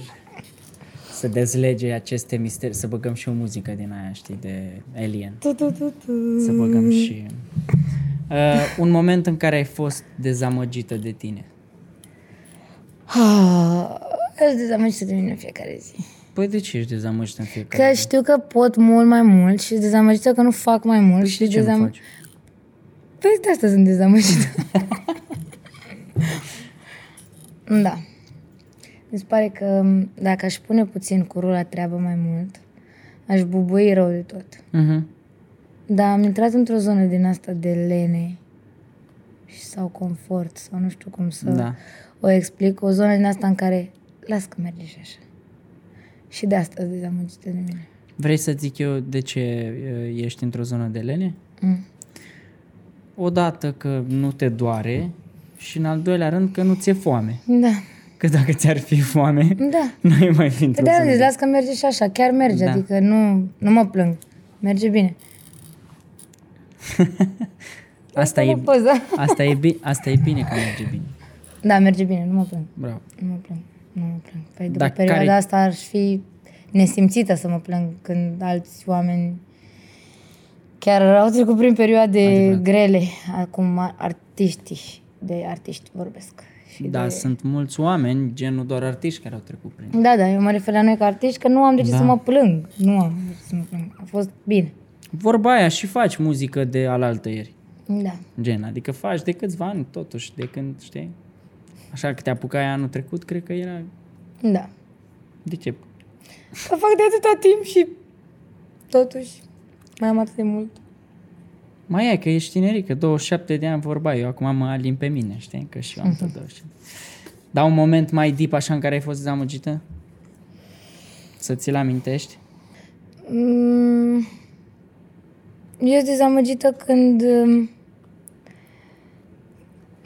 A: să dezlege aceste misteri, să băgăm și o muzică din aia, știi, de Alien.
B: Tu, tu, tu, tu.
A: Să băgăm și... Uh, un moment în care ai fost dezamăgită de tine.
B: Ah, Eu dezamăgită de mine în fiecare zi.
A: Păi de ce ești dezamăgită în fiecare
B: Că
A: zi?
B: știu că pot mult mai mult și sunt dezamăgită că nu fac mai mult.
A: Și de ce
B: dezam-
A: nu faci?
B: Păi de asta sunt dezamăgită. da. Mi se pare că dacă aș pune puțin curul la treabă mai mult, aș bubui rău de tot.
A: Uh-huh.
B: Dar am intrat într-o zonă din asta de lene și sau confort sau nu știu cum să
A: Da.
B: o explic, o zonă din asta în care las că merge și așa. Și de asta sunt dezamăgită de mine.
A: Vrei să zic eu de ce uh, ești într-o zonă de lene?
B: Mm.
A: Odată că nu te doare și în al doilea rând că nu ți-e foame.
B: Da,
A: Că dacă ți-ar fi foame,
B: da.
A: n-ai mai fi
B: Pe
A: într-o
B: de-aia am
A: zonă.
B: zis, las că merge și așa, chiar
A: Da.
B: merge, da. adică nu, nu mă plâng, merge bine.
A: Asta e,
B: Nu poza.
A: asta, e bi- asta e bine că merge bine.
B: Da, merge bine, nu mă plâng,
A: Bravo.
B: nu mă plâng, nu mă plâng. Păi după
A: Dar
B: Dar perioada
A: care-
B: care... asta ar fi nesimțită să mă plâng când alți oameni chiar au trecut prin perioade grele, acum artiștii, de artiști vorbesc. Și
A: Da, sunt mulți oameni, gen nu doar artiști care au trecut prin.
B: Da, da, eu mă refer la noi ca artiști că nu am de ce da. să mă plâng. Nu am de ce să mă plâng. A fost bine.
A: Vorba aia și faci muzică de alaltă ieri.
B: Da.
A: Gen, adică faci de câțiva ani totuși, de când, știi? Așa că te apucai anul trecut, cred că era...
B: Da.
A: De ce?
B: Că fac de atâta timp și totuși Mai am atât de mult.
A: Mai e, că ești tinerică, 27 de ani vorba, eu acum mă alin pe mine, știi, că și eu am tot 27. Dar un moment mai deep așa în care ai fost dezamăgită? Să ți-l amintești?
B: Mm, Eu sunt dezamăgită când... um,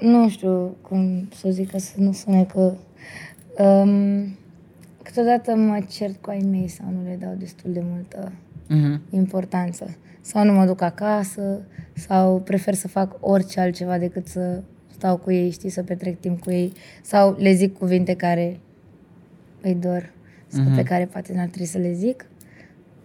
B: Nu știu cum să o zic ca să nu sune că... Um, câteodată mă cert cu ai mei sau nu le dau destul de multă
A: Mhm.
B: importanță. Sau nu mă duc acasă, sau prefer să fac orice altceva decât să stau cu ei, știi, să petrec timp cu ei. Sau le zic cuvinte care îi dor sau
A: Mhm.
B: pe care poate n-ar trebui să le zic.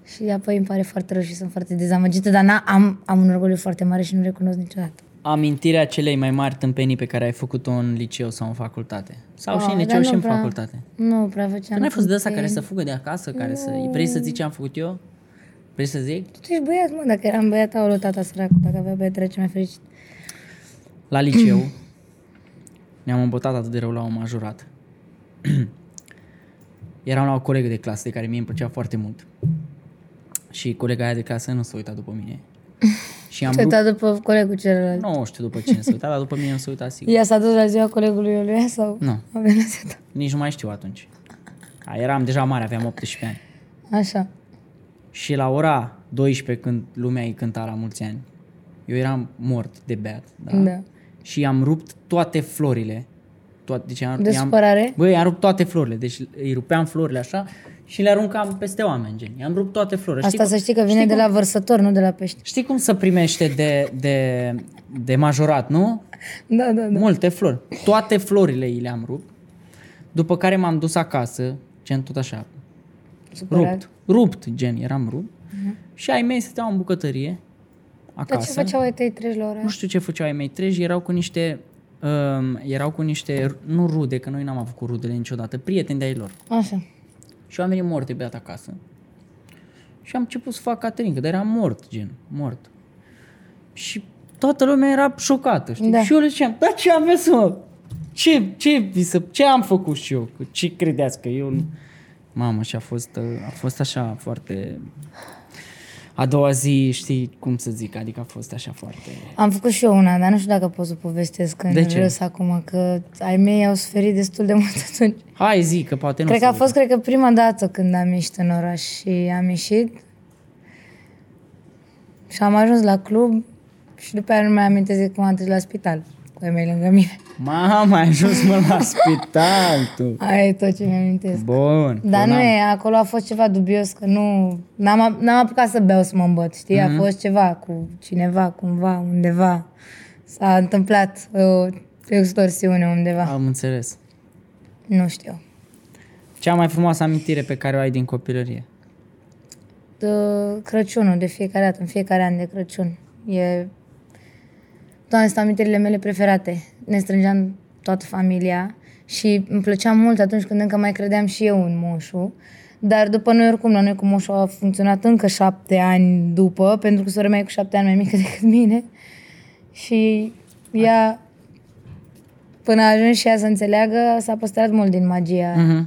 B: Și apoi îmi pare foarte rău și sunt foarte dezamăgită, dar n- am, am un orgoliu foarte mare și nu recunosc niciodată.
A: Amintirea celei mai mari tâmpenii pe care ai făcut-o în liceu sau în facultate. Sau și în
B: Ah,
A: liceu
B: dar
A: și
B: nu
A: în
B: prea-
A: facultate.
B: Nu prea făceam.
A: Tu n-ai fost de ăsta care
B: tâmpeni.
A: să fugă de acasă, care să... Vrei să zici ce am făcut eu? Vrei să zic?
B: Tu ești băiat, mă, dacă eram băiat, au luat tata săracul, dacă avea băiat, era cel mai fericit.
A: La liceu ne-am îmbotat atât de rău la un majorat. Eram la o colegă de clasă de care mie îmi plăcea foarte mult. Și colega aia de clasă nu s-a uitat după mine. Și am
B: Te
A: rupt...
B: da după colegul celălalt.
A: Nu știu după cine s-a uitat, dar după mine nu s-a uitat sigur.
B: Ea s-a dus la ziua colegului Iulia sau?
A: Nu,
B: Avea la ziua ta.
A: nici nu mai știu atunci. A, eram deja mare, aveam 18 ani.
B: Așa.
A: Și la ora 12, când lumea îi cânta la mulți ani, eu eram mort de beat. Da?
B: Da.
A: Și am rupt toate florile. Toate, deci am,
B: De
A: i-am-
B: supărare?
A: Băi, i-am rupt toate florile. Deci îi rupeam florile așa și le aruncam peste oameni, gen. I-am rupt toate florile.
B: Asta
A: cum,
B: să știi că vine de la vărsător, nu de la pești.
A: știi cum se primește de, de, de majorat, nu?
B: Da, da, da.
A: Multe flori. Toate florile i le-am rupt. După care m-am dus acasă, gen tot așa,
B: Supărat.
A: rupt. Rupt, gen, eram rupt. Și ai mei stăteau în bucătărie,
B: Mhm. Dar ce
A: acasă.
B: făceau ai tăi treci la ora?
A: Nu știu ce făceau ai mei treji, erau cu niște, um, erau cu niște, nu rude, că noi n-am avut cu rudele niciodată, prieteni de ai lor.
B: Așa.
A: Și eu am venit mort de beat acasă. Și am început să fac caterincă, dar eram mort, gen, mort. Și toată lumea era șocată, știi?
B: Da.
A: Și eu le ziceam, dar ce aveți, mă? Ce, ce, vi se- ce am făcut și eu? Cu Ce credeți că eu... nu- Mamă, și a fost, uh, a fost așa foarte... A doua zi, știi cum să zic, adică a fost așa foarte...
B: Am făcut și eu una, dar nu știu dacă pot să o povestesc în
A: De ce?
B: râs acum, că ai mei au suferit destul de mult atunci.
A: Hai zi, că poate nu
B: Cred
A: se
B: că a
A: uită.
B: fost, cred că, prima dată când am ieșit în oraș și am ieșit și am ajuns la club și după aia nu mai amintesc de cum am trecut la spital cu ei mei lângă mine.
A: Mama, ai ajuns mă la spital, tu.
B: Aia e tot ce mi-amintesc.
A: Bun.
B: Dar
A: eu
B: Da, nu
A: n-am-
B: e, acolo a fost ceva dubios, că nu... N-am, ap- n-am apucat să beau să mă îmbăt, știi?
A: Mhm.
B: Mm-hmm. A fost ceva cu cineva, cumva, undeva. S-a întâmplat o extorsiune undeva.
A: Am înțeles.
B: Nu știu.
A: Cea mai frumoasă amintire pe care o ai din copilărie?
B: De Crăciunul, de fiecare dată, în fiecare an de Crăciun. E... Doamne, sunt amintirile mele preferate. Ne strângeam toată familia și îmi plăcea mult atunci când încă mai credeam și eu în moșu. Dar după noi, oricum, la noi cu moșu a funcționat încă șapte ani după, pentru că sora mea e cu șapte ani mai mică decât mine. Și ea, până a ajuns și ea să înțeleagă, s-a păstrat mult din magia
A: Uh-huh.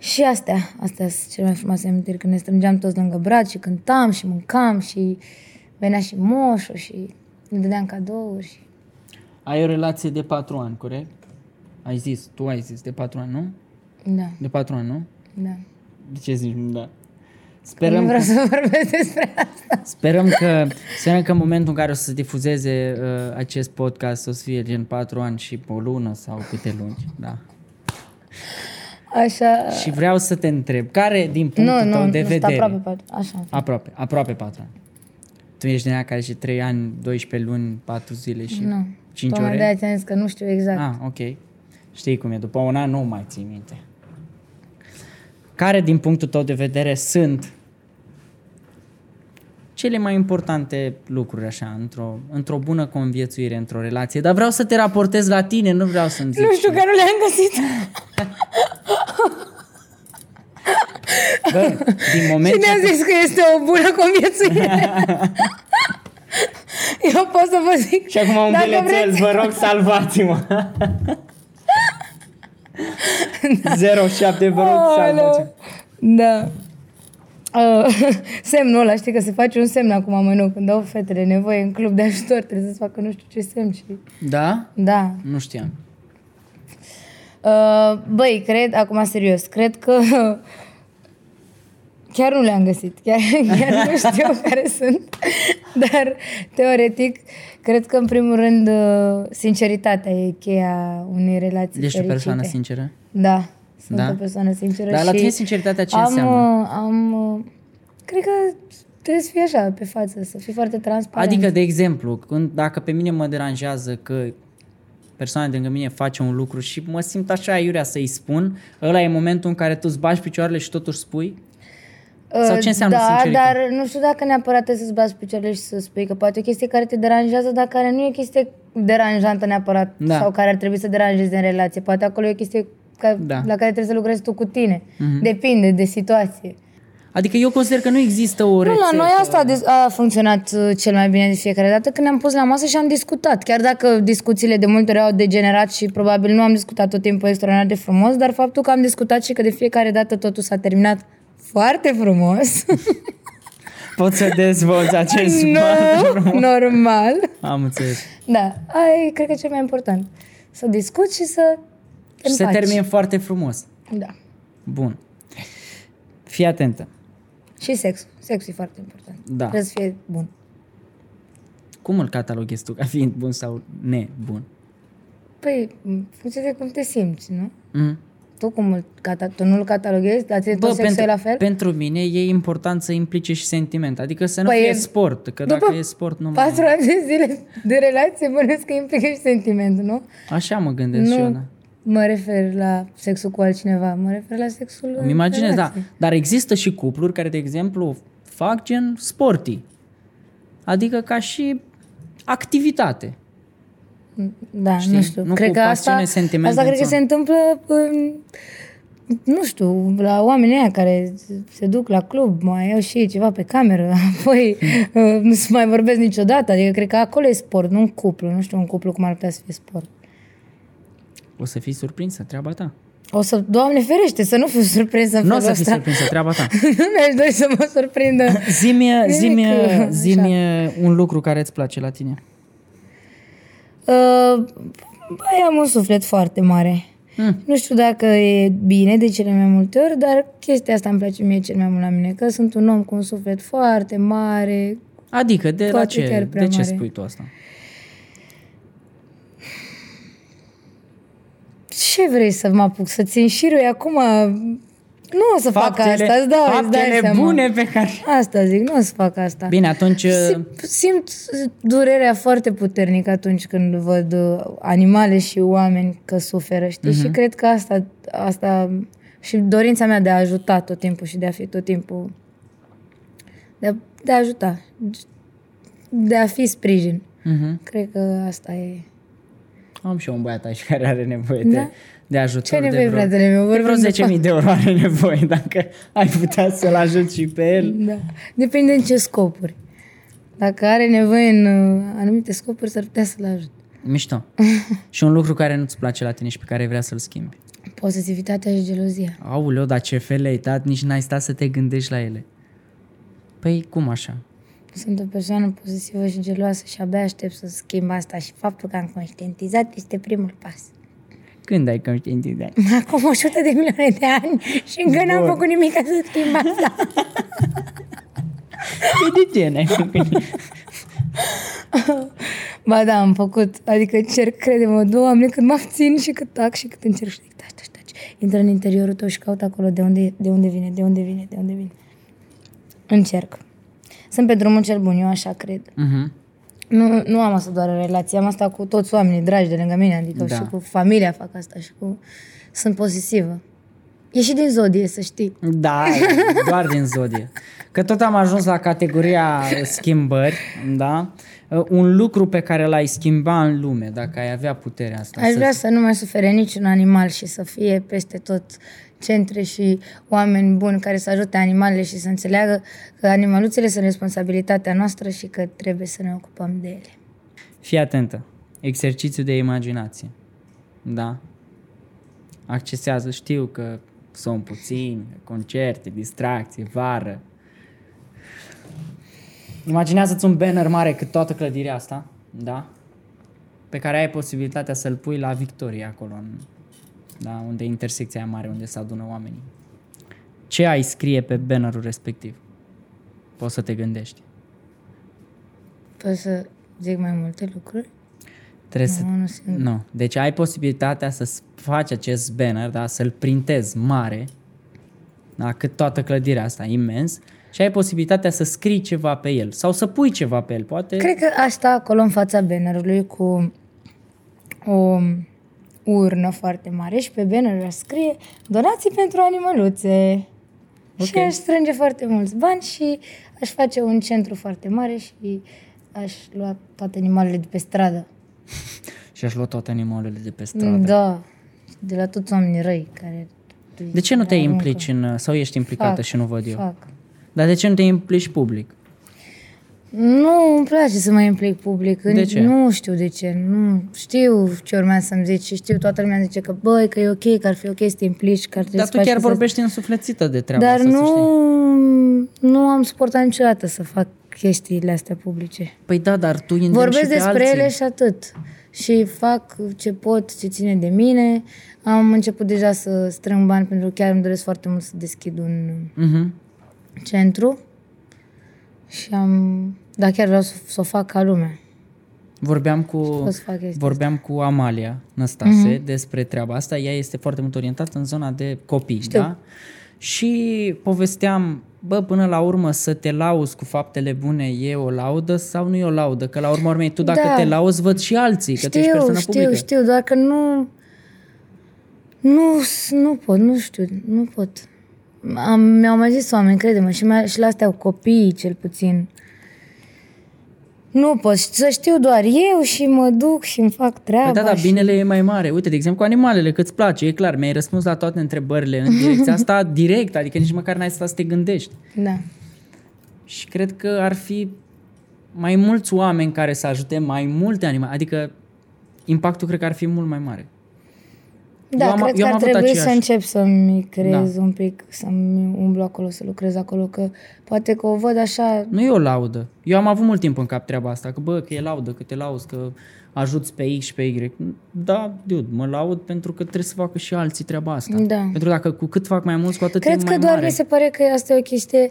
B: și astea, astea sunt cele mai frumoase amintiri, când ne strângeam toți lângă braț și cântam și mâncam și venea și moșul și ne dădeam cadouri. Și...
A: Ai o relație de patru ani, corect? Ai zis, tu ai zis, de patru ani, nu?
B: Da,
A: De patru ani, nu?
B: da.
A: De ce zici, da?
B: Nu
A: Sperăm
B: vreau
A: că,
B: să vorbesc despre asta.
A: sperăm că, sperăm că în momentul în care o să se difuzeze uh, acest podcast o să fie gen patru ani și pe o lună sau câte luni, da.
B: Așa...
A: Și vreau să te întreb, care din
B: Nu,
A: punctul
B: nu,
A: tău de
B: nu sunt
A: vedere...
B: aproape, poate. Așa.
A: Aproape, aproape 4 ani. Tu ești din aia care și 3 ani, 12 luni, 4 zile și
B: Nu.
A: 5
B: Tocmai
A: ore?
B: de-aia ți-am zis că nu știu exact.
A: Ah, ok. Știi cum e, după un an nu mai ții minte. Care din punctul tău de vedere sunt cele mai importante lucruri așa, într-o, într-o bună conviețuire, într-o relație, dar vreau să te raportez la tine, nu vreau să-mi zici.
B: Nu știu că nu le-am găsit.
A: Bă, din moment
B: da. Cine a zis că este o bună conviețuire? Eu pot să vă zic.
A: Și acum un
B: Dacă
A: bilețel,
B: vreți-
A: vă rog salvați-mă. 07, vă rog
B: Aoleu.
A: salvați-mă.
B: Da. Uh, semnul ăla, știi că se face un semn acum mă nu, când dau fetele nevoie în club de ajutor, trebuie să-ți facă nu știu ce semn și...
A: Da?
B: Da.
A: Nu știam.
B: Uh, băi, cred, acum serios, cred că chiar nu le-am găsit, chiar, chiar nu știu care sunt, dar teoretic, cred că în primul rând uh, sinceritatea e cheia unei relații
A: Ești o
B: fericite.
A: persoană sinceră?
B: Da, sunt
A: Da?
B: o persoană sinceră
A: Dar
B: și
A: la tine sinceritatea ce
B: am,
A: înseamnă?
B: uh, Am, uh, cred că trebuie să fii așa, pe față, să fii foarte transparent.
A: Adică, de exemplu, când, dacă pe mine mă deranjează că persoana de lângă mine face un lucru și mă simt așa iurea să-i spun, ăla e momentul în care tu îți bagi picioarele și totuși spui? Sau ce înseamnă
B: da,
A: sinceritate?
B: dar nu știu dacă neapărat trebuie să-ți bați picioarele și să spui că poate e o chestie care te deranjează, dar care nu e o chestie deranjantă neapărat
A: Da.
B: sau care ar trebui să deranjeze în relație. Poate acolo e o chestie ca,
A: Da. Mhm.
B: la care trebuie să lucrezi tu cu tine. Depinde de situație.
A: Adică eu consider că nu există o
B: Nu,
A: rețetă.
B: la noi asta a, des- a funcționat uh, cel mai bine de fiecare dată când ne-am pus la masă și am discutat. Chiar dacă discuțiile de multe ori au degenerat și probabil nu am discutat tot timpul extraordinar de frumos, dar faptul că am discutat și că de fiecare dată totul s-a terminat foarte frumos.
A: Pot să dezvolți acest
B: nu,
A: no.
B: normal.
A: Am înțeles.
B: Da, ai, cred că e cel mai important. Să discuți și să te
A: Și se
B: împaci.
A: termină foarte frumos.
B: Da.
A: Bun. Fii atentă.
B: Și sexul. Sexul e foarte important.
A: Da.
B: Trebuie să fie bun.
A: Cum îl cataloghezi tu ca fiind bun sau nebun?
B: Păi, în funcție de cum te simți, nu?
A: Mm?
B: Tu cum îl cata- tu nu-l cataloghezi? La tine tot sexul e la fel?
A: pentru mine e important să implice și sentiment. Adică să nu
B: Păi
A: păi fie
B: e-
A: sport, că
B: după
A: dacă e sport nu mai...
B: Patru ani de zile de relație bănesc că implică și sentimentul, nu?
A: Așa mă gândesc și eu, da.
B: nu mă refer la sexul cu altcineva, mă refer la sexul în
A: Îmi imaginez, da.
B: relație.
A: Dar există și cupluri care, de exemplu, fac gen sportii. Adică ca și activitate.
B: Da,
A: Știi?
B: nu știu.
A: Nu
B: cred
A: cu
B: că
A: pasiune,
B: asta,
A: sentiment,
B: asta cred că
A: în
B: se întâmplă în, nu știu, la oamenii aia care se duc la club, mai iau și ei ceva pe cameră, apoi
A: Hmm.
B: uh, nu se mai vorbesc niciodată. Adică cred că acolo e sport, nu un cuplu. Nu știu un cuplu cum ar putea să fie sport.
A: O să fii surprinsă, treaba ta.
B: O să, Doamne ferește, să nu fiu surprinsă în
A: Nu o
B: felul
A: să fii
B: ăsta.
A: surprinsă, treaba ta.
B: nu mi-aș dori să mă surprindă.
A: Zi-mi,
B: Nimic,
A: zi-mi,
B: așa.
A: zi-mi un lucru care îți place la tine.
B: Uh, Băi, am un suflet foarte mare.
A: Mm.
B: Nu știu dacă e bine de cele mai multe ori, dar chestia asta îmi place mie cel mai mult la mine, că sunt un om cu un suflet foarte mare.
A: Adică, de la
B: Poate
A: ce,
B: chiar prea
A: de ce
B: mare.
A: spui tu asta?
B: Ce vrei să mă apuc? Să țin șirul acum? Nu o să fac asta, îți dau, îți dai
A: faptele
B: seama. Da.
A: bune pe care...
B: Asta zic, nu o să fac asta.
A: Bine, atunci...
B: Sim- Simt durerea foarte puternică atunci când văd uh, animale și oameni că suferă, știi?
A: Mhm.
B: Și cred că asta, asta și dorința mea de a ajuta tot timpul și de a fi tot timpul de a, de a ajuta, de a fi sprijin.
A: Mhm.
B: Cred că asta e.
A: Am și eu un băiat aici care are nevoie
B: Da?
A: de, de ajutor.
B: Ce
A: de
B: nevoie,
A: vreo,
B: fratele meu?
A: De vreo
B: Vorbim de
A: 10.000 de euro are nevoie, dacă ai putea să-l ajut și pe el.
B: Da. Depinde în ce scopuri. Dacă are nevoie în uh, anumite scopuri, s-ar putea să-l ajut.
A: Mișto. și un lucru care nu-ți place la tine și pe care vrea să-l schimbi.
B: Posesivitatea și gelozia.
A: Auleu, dar ce fel ai dat, nici n-ai stat să te gândești la ele. Păi cum așa?
B: Sunt o persoană posesivă și geloasă și abia aștept să schimb asta și faptul că am conștientizat este primul pas.
A: Când ai conștientizat?
B: Acum 100 de milioane de ani și încă n-am făcut nimic ca să schimb asta.
A: Păi de ce n-ai făcut?
B: Ba da, am făcut. Adică încerc, crede-mă, doamne, cât mă abțin și cât tac și cât încerc și zic, taci, taci, taci. Intră în interiorul tău și caut acolo de unde, de unde vine, de unde vine, de unde vine. Încerc. Sunt pe drumul cel bun, eu așa cred.
A: Mhm.
B: Nu, nu am asta doar în relație, am asta cu toți oamenii dragi de lângă mine, adică
A: Da.
B: da. și cu familia fac asta și cu... Sunt posesivă. E și din zodie, să știi.
A: Da, doar din zodie. Că tot am ajuns la categoria schimbări, da? Uh, Un lucru pe care l-ai schimba în lume, dacă ai avea puterea asta.
B: Aș vrea să nu mai sufere niciun animal și să fie peste tot centre și oameni buni care să ajute animalele și să înțeleagă că animaluțele sunt responsabilitatea noastră și că trebuie să ne ocupăm de ele.
A: Fii atentă. Exercițiu de imaginație. Da? Accesează, știu că sunt puțini, concerte, distracție, vară, Imaginează-ți un banner mare cât toată clădirea asta, da? Pe care ai posibilitatea să-l pui la Victoria acolo, în, da? unde e intersecția aia mare, unde se adună oamenii. Ce ai scrie pe bannerul respectiv? Poți să te gândești.
B: Pot să zic mai multe lucruri?
A: Trebuie
B: Nu,
A: să...
B: unul singur.
A: Nu. Deci ai posibilitatea să faci acest banner, da? să-l printezi mare, da? cât toată clădirea asta, imens, și ai posibilitatea să scrii ceva pe el sau să pui ceva pe el, poate.
B: Cred că aș sta acolo în fața bannerului cu o urnă foarte mare și pe banner aș scrie donații pentru animăluțe. Okay. Și
A: Ok.
B: aș strânge foarte mulți bani și aș face un centru foarte mare și aș lua toate animalele de pe stradă.
A: Și aș lua toate animalele de pe stradă.
B: stradă. Da, de la toți oamenii răi care...
A: De ce nu te
B: aruncă.
A: implici în, sau ești implicată
B: Fac,
A: și nu văd eu?
B: Fac. Deci
A: Dar de ce nu te implici public?
B: Nu îmi place să mă implic public.
A: De ce?
B: Nu știu de ce. Nu știu ce urmează să-mi zici și știu toată lumea zice că băi, că e ok, că ar fi ok să te implici, că ar trebui
A: Dar
B: să
A: tu
B: faci
A: chiar
B: chestia
A: vorbești însuflețită de treaba
B: asta. Dar
A: asta, să
B: nu,
A: știi.
B: nu am suportat niciodată să fac chestiile astea publice.
A: Păi da, dar tu îndemni și
B: Vorbesc
A: pe
B: despre
A: alții.
B: ele și atât. Și fac ce pot, ce ține de mine. Am început deja să strâng bani pentru că chiar îmi doresc foarte mult să deschid un
A: Mhm.
B: centru. Și am... Dar chiar vreau să, să o fac ca lumea.
A: Vorbeam cu,
B: Pot să fac chestia
A: vorbeam cu Amalia Năstase
B: Mhm.
A: mm-hmm. despre treaba asta. Ea este foarte mult orientată în zona de copii, Știu. da? Și povesteam, bă, până la urmă să te lauzi cu faptele bune e o laudă sau nu e o laudă? Că la urmă urmei tu dacă
B: Da.
A: te lauzi văd și alții, că tu ești persoană
B: știu,
A: publică.
B: știu, doar că nu... Nu, s- nu pot, nu știu, nu pot. Am, mi-au mai zis oameni, crede-mă, și, mai, și la astea cu copiii, cel puțin. Nu pot, să știu doar eu și mă duc și îmi fac treaba.
A: Păi da, da,
B: și-
A: binele e mai mare. Uite, de exemplu, cu animalele, că-ți place, e clar, mi-ai răspuns la toate întrebările în direcția asta direct, adică nici măcar n-ai stat să te gândești.
B: Da.
A: Și cred că ar fi mai mulți oameni care să ajute mai multe animale, adică impactul cred că ar fi mult mai mare.
B: Da,
A: Eu am-
B: cred
A: eu
B: că
A: am
B: ar
A: avut
B: trebui să
A: aceeași. Da.
B: încep să-mi creez un pic, să-mi umblu acolo, să lucrez acolo, că poate că o văd așa,
A: Nu e o laudă. Eu am avut mult timp în cap treaba asta, că bă, că e laudă, că te lauzi, că ajuți pe X și pe Y. Da, dude, mă laud pentru că trebuie să facă și alții treaba asta.
B: Da.
A: Pentru că dacă cu cât fac mai mulți, cu atât e
B: Cred
A: mai
B: că doar
A: mare.
B: mi se pare că asta e o chestie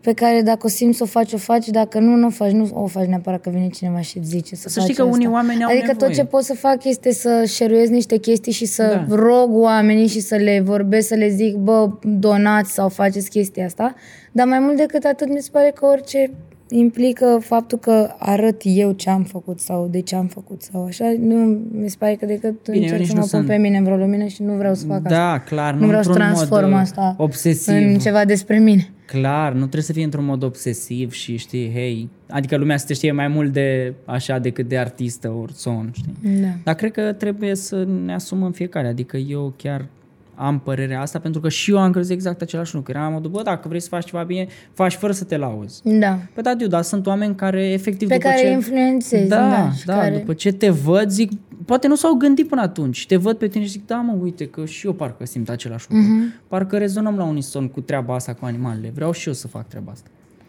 B: pe care dacă o simți să o faci, o faci, dacă nu, nu o faci, nu o faci neapărat că vine cineva și îți zice să,
A: Să
B: faci
A: știi că
B: asta.
A: unii oameni au
B: Adică tot
A: nevoie.
B: ce pot să fac este să șeruiez niște chestii și să
A: Da.
B: da. rog oamenii și să le vorbesc, să le zic, bă, donați sau faceți chestia asta, dar mai mult decât atât mi se pare că orice implică faptul că arăt eu ce am făcut sau de ce am făcut sau așa, nu mi se pare că decât
A: Bine, eu
B: încerc
A: nici
B: să
A: nu
B: mă pun
A: sunt-
B: pe mine în vreo lumină și nu vreau să fac asta.
A: Da, clar, nu,
B: Nu vreau să
A: într-un
B: transform
A: mod uh,
B: asta
A: obsesiv.
B: în ceva despre mine.
A: Clar, nu trebuie să fie într-un mod obsesiv și știi, hei, adică lumea să te știe mai mult de așa decât de artistă ori son, știi?
B: Da.
A: Dar cred că trebuie să ne asumăm fiecare, adică eu chiar am părerea asta pentru că și eu am crezut exact același lucru. Eram la modul, bă, dacă vrei să faci ceva bine, faci fără să te lauzi.
B: da.
A: Păi da, diu, dar sunt oameni care efectiv
B: Pe
A: după
B: care
A: ce...
B: îi influențezi.
A: Da, da,
B: și
A: da
B: care...
A: care... după ce te văd, zic, poate nu s-au gândit până atunci. Te văd pe tine și zic, da, mă, uite că și eu parcă simt același lucru.
B: Mhm.
A: Uh-huh. Parcă rezonăm la unison cu treaba asta cu animalele. Vreau și eu să fac treaba asta.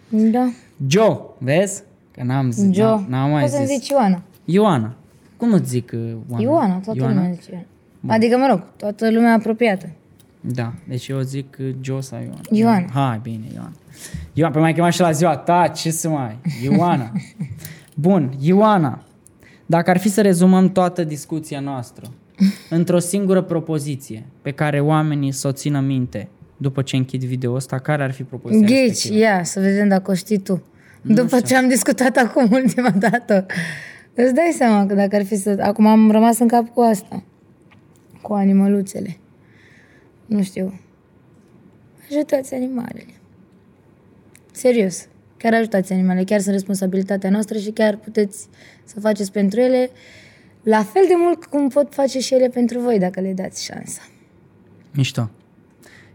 B: Da.
A: Joe, vezi? Că n-am zis,
B: Joe.
A: Da, n-am, n-am mai
B: Poți să-mi
A: zis.
B: zici Ioana.
A: Ioana. Cum îți zic uh, Oana?
B: Ioana, toată lumea zice Ioana. Adică, mă rog, toată lumea apropiată.
A: Da, deci eu zic uh, Joe sau Ioana.
B: Ioana.
A: Hai, bine, Ioana. Ioana, pe mai chema și la ziua ta, ce să mai... Ioana. Bun, Ioana, dacă ar fi să rezumăm toată discuția noastră într-o singură propoziție pe care oamenii să o țină minte după ce închid video ăsta, care ar fi propoziția
B: Ghici,
A: respectivă?
B: ia, să vedem dacă o știi tu. După ce am discutat acum ultima dată. Îți dai seama că dacă ar fi să... Acum am rămas în cap cu asta. Cu animăluțele. Nu știu. Ajutați animalele. Serios. Chiar ajutați animalele. Chiar sunt responsabilitatea noastră și chiar puteți să faceți pentru ele la fel de mult cum pot face și ele pentru voi dacă le dați șansa.
A: Mișto.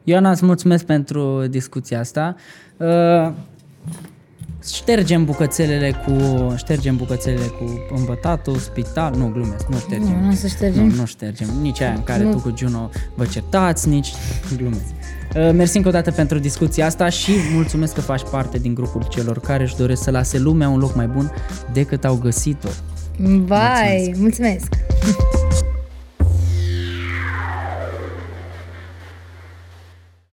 A: Ioana, îți mulțumesc pentru discuția asta. Uh, Ștergem bucățelele cu ștergem bucățelele cu îmbătatul, spital, nu glumesc, nu ștergem.
B: Nu, nu o să ștergem.
A: Nu, nu ștergem. Nici aia în care
B: Nu.
A: tu cu Juno vă certați, nici glumesc. Uh, Mersi încă o dată pentru discuția asta și mulțumesc că faci parte din grupul celor care își doresc să lase lumea un loc mai bun decât au găsit-o.
B: Vai, mulțumesc!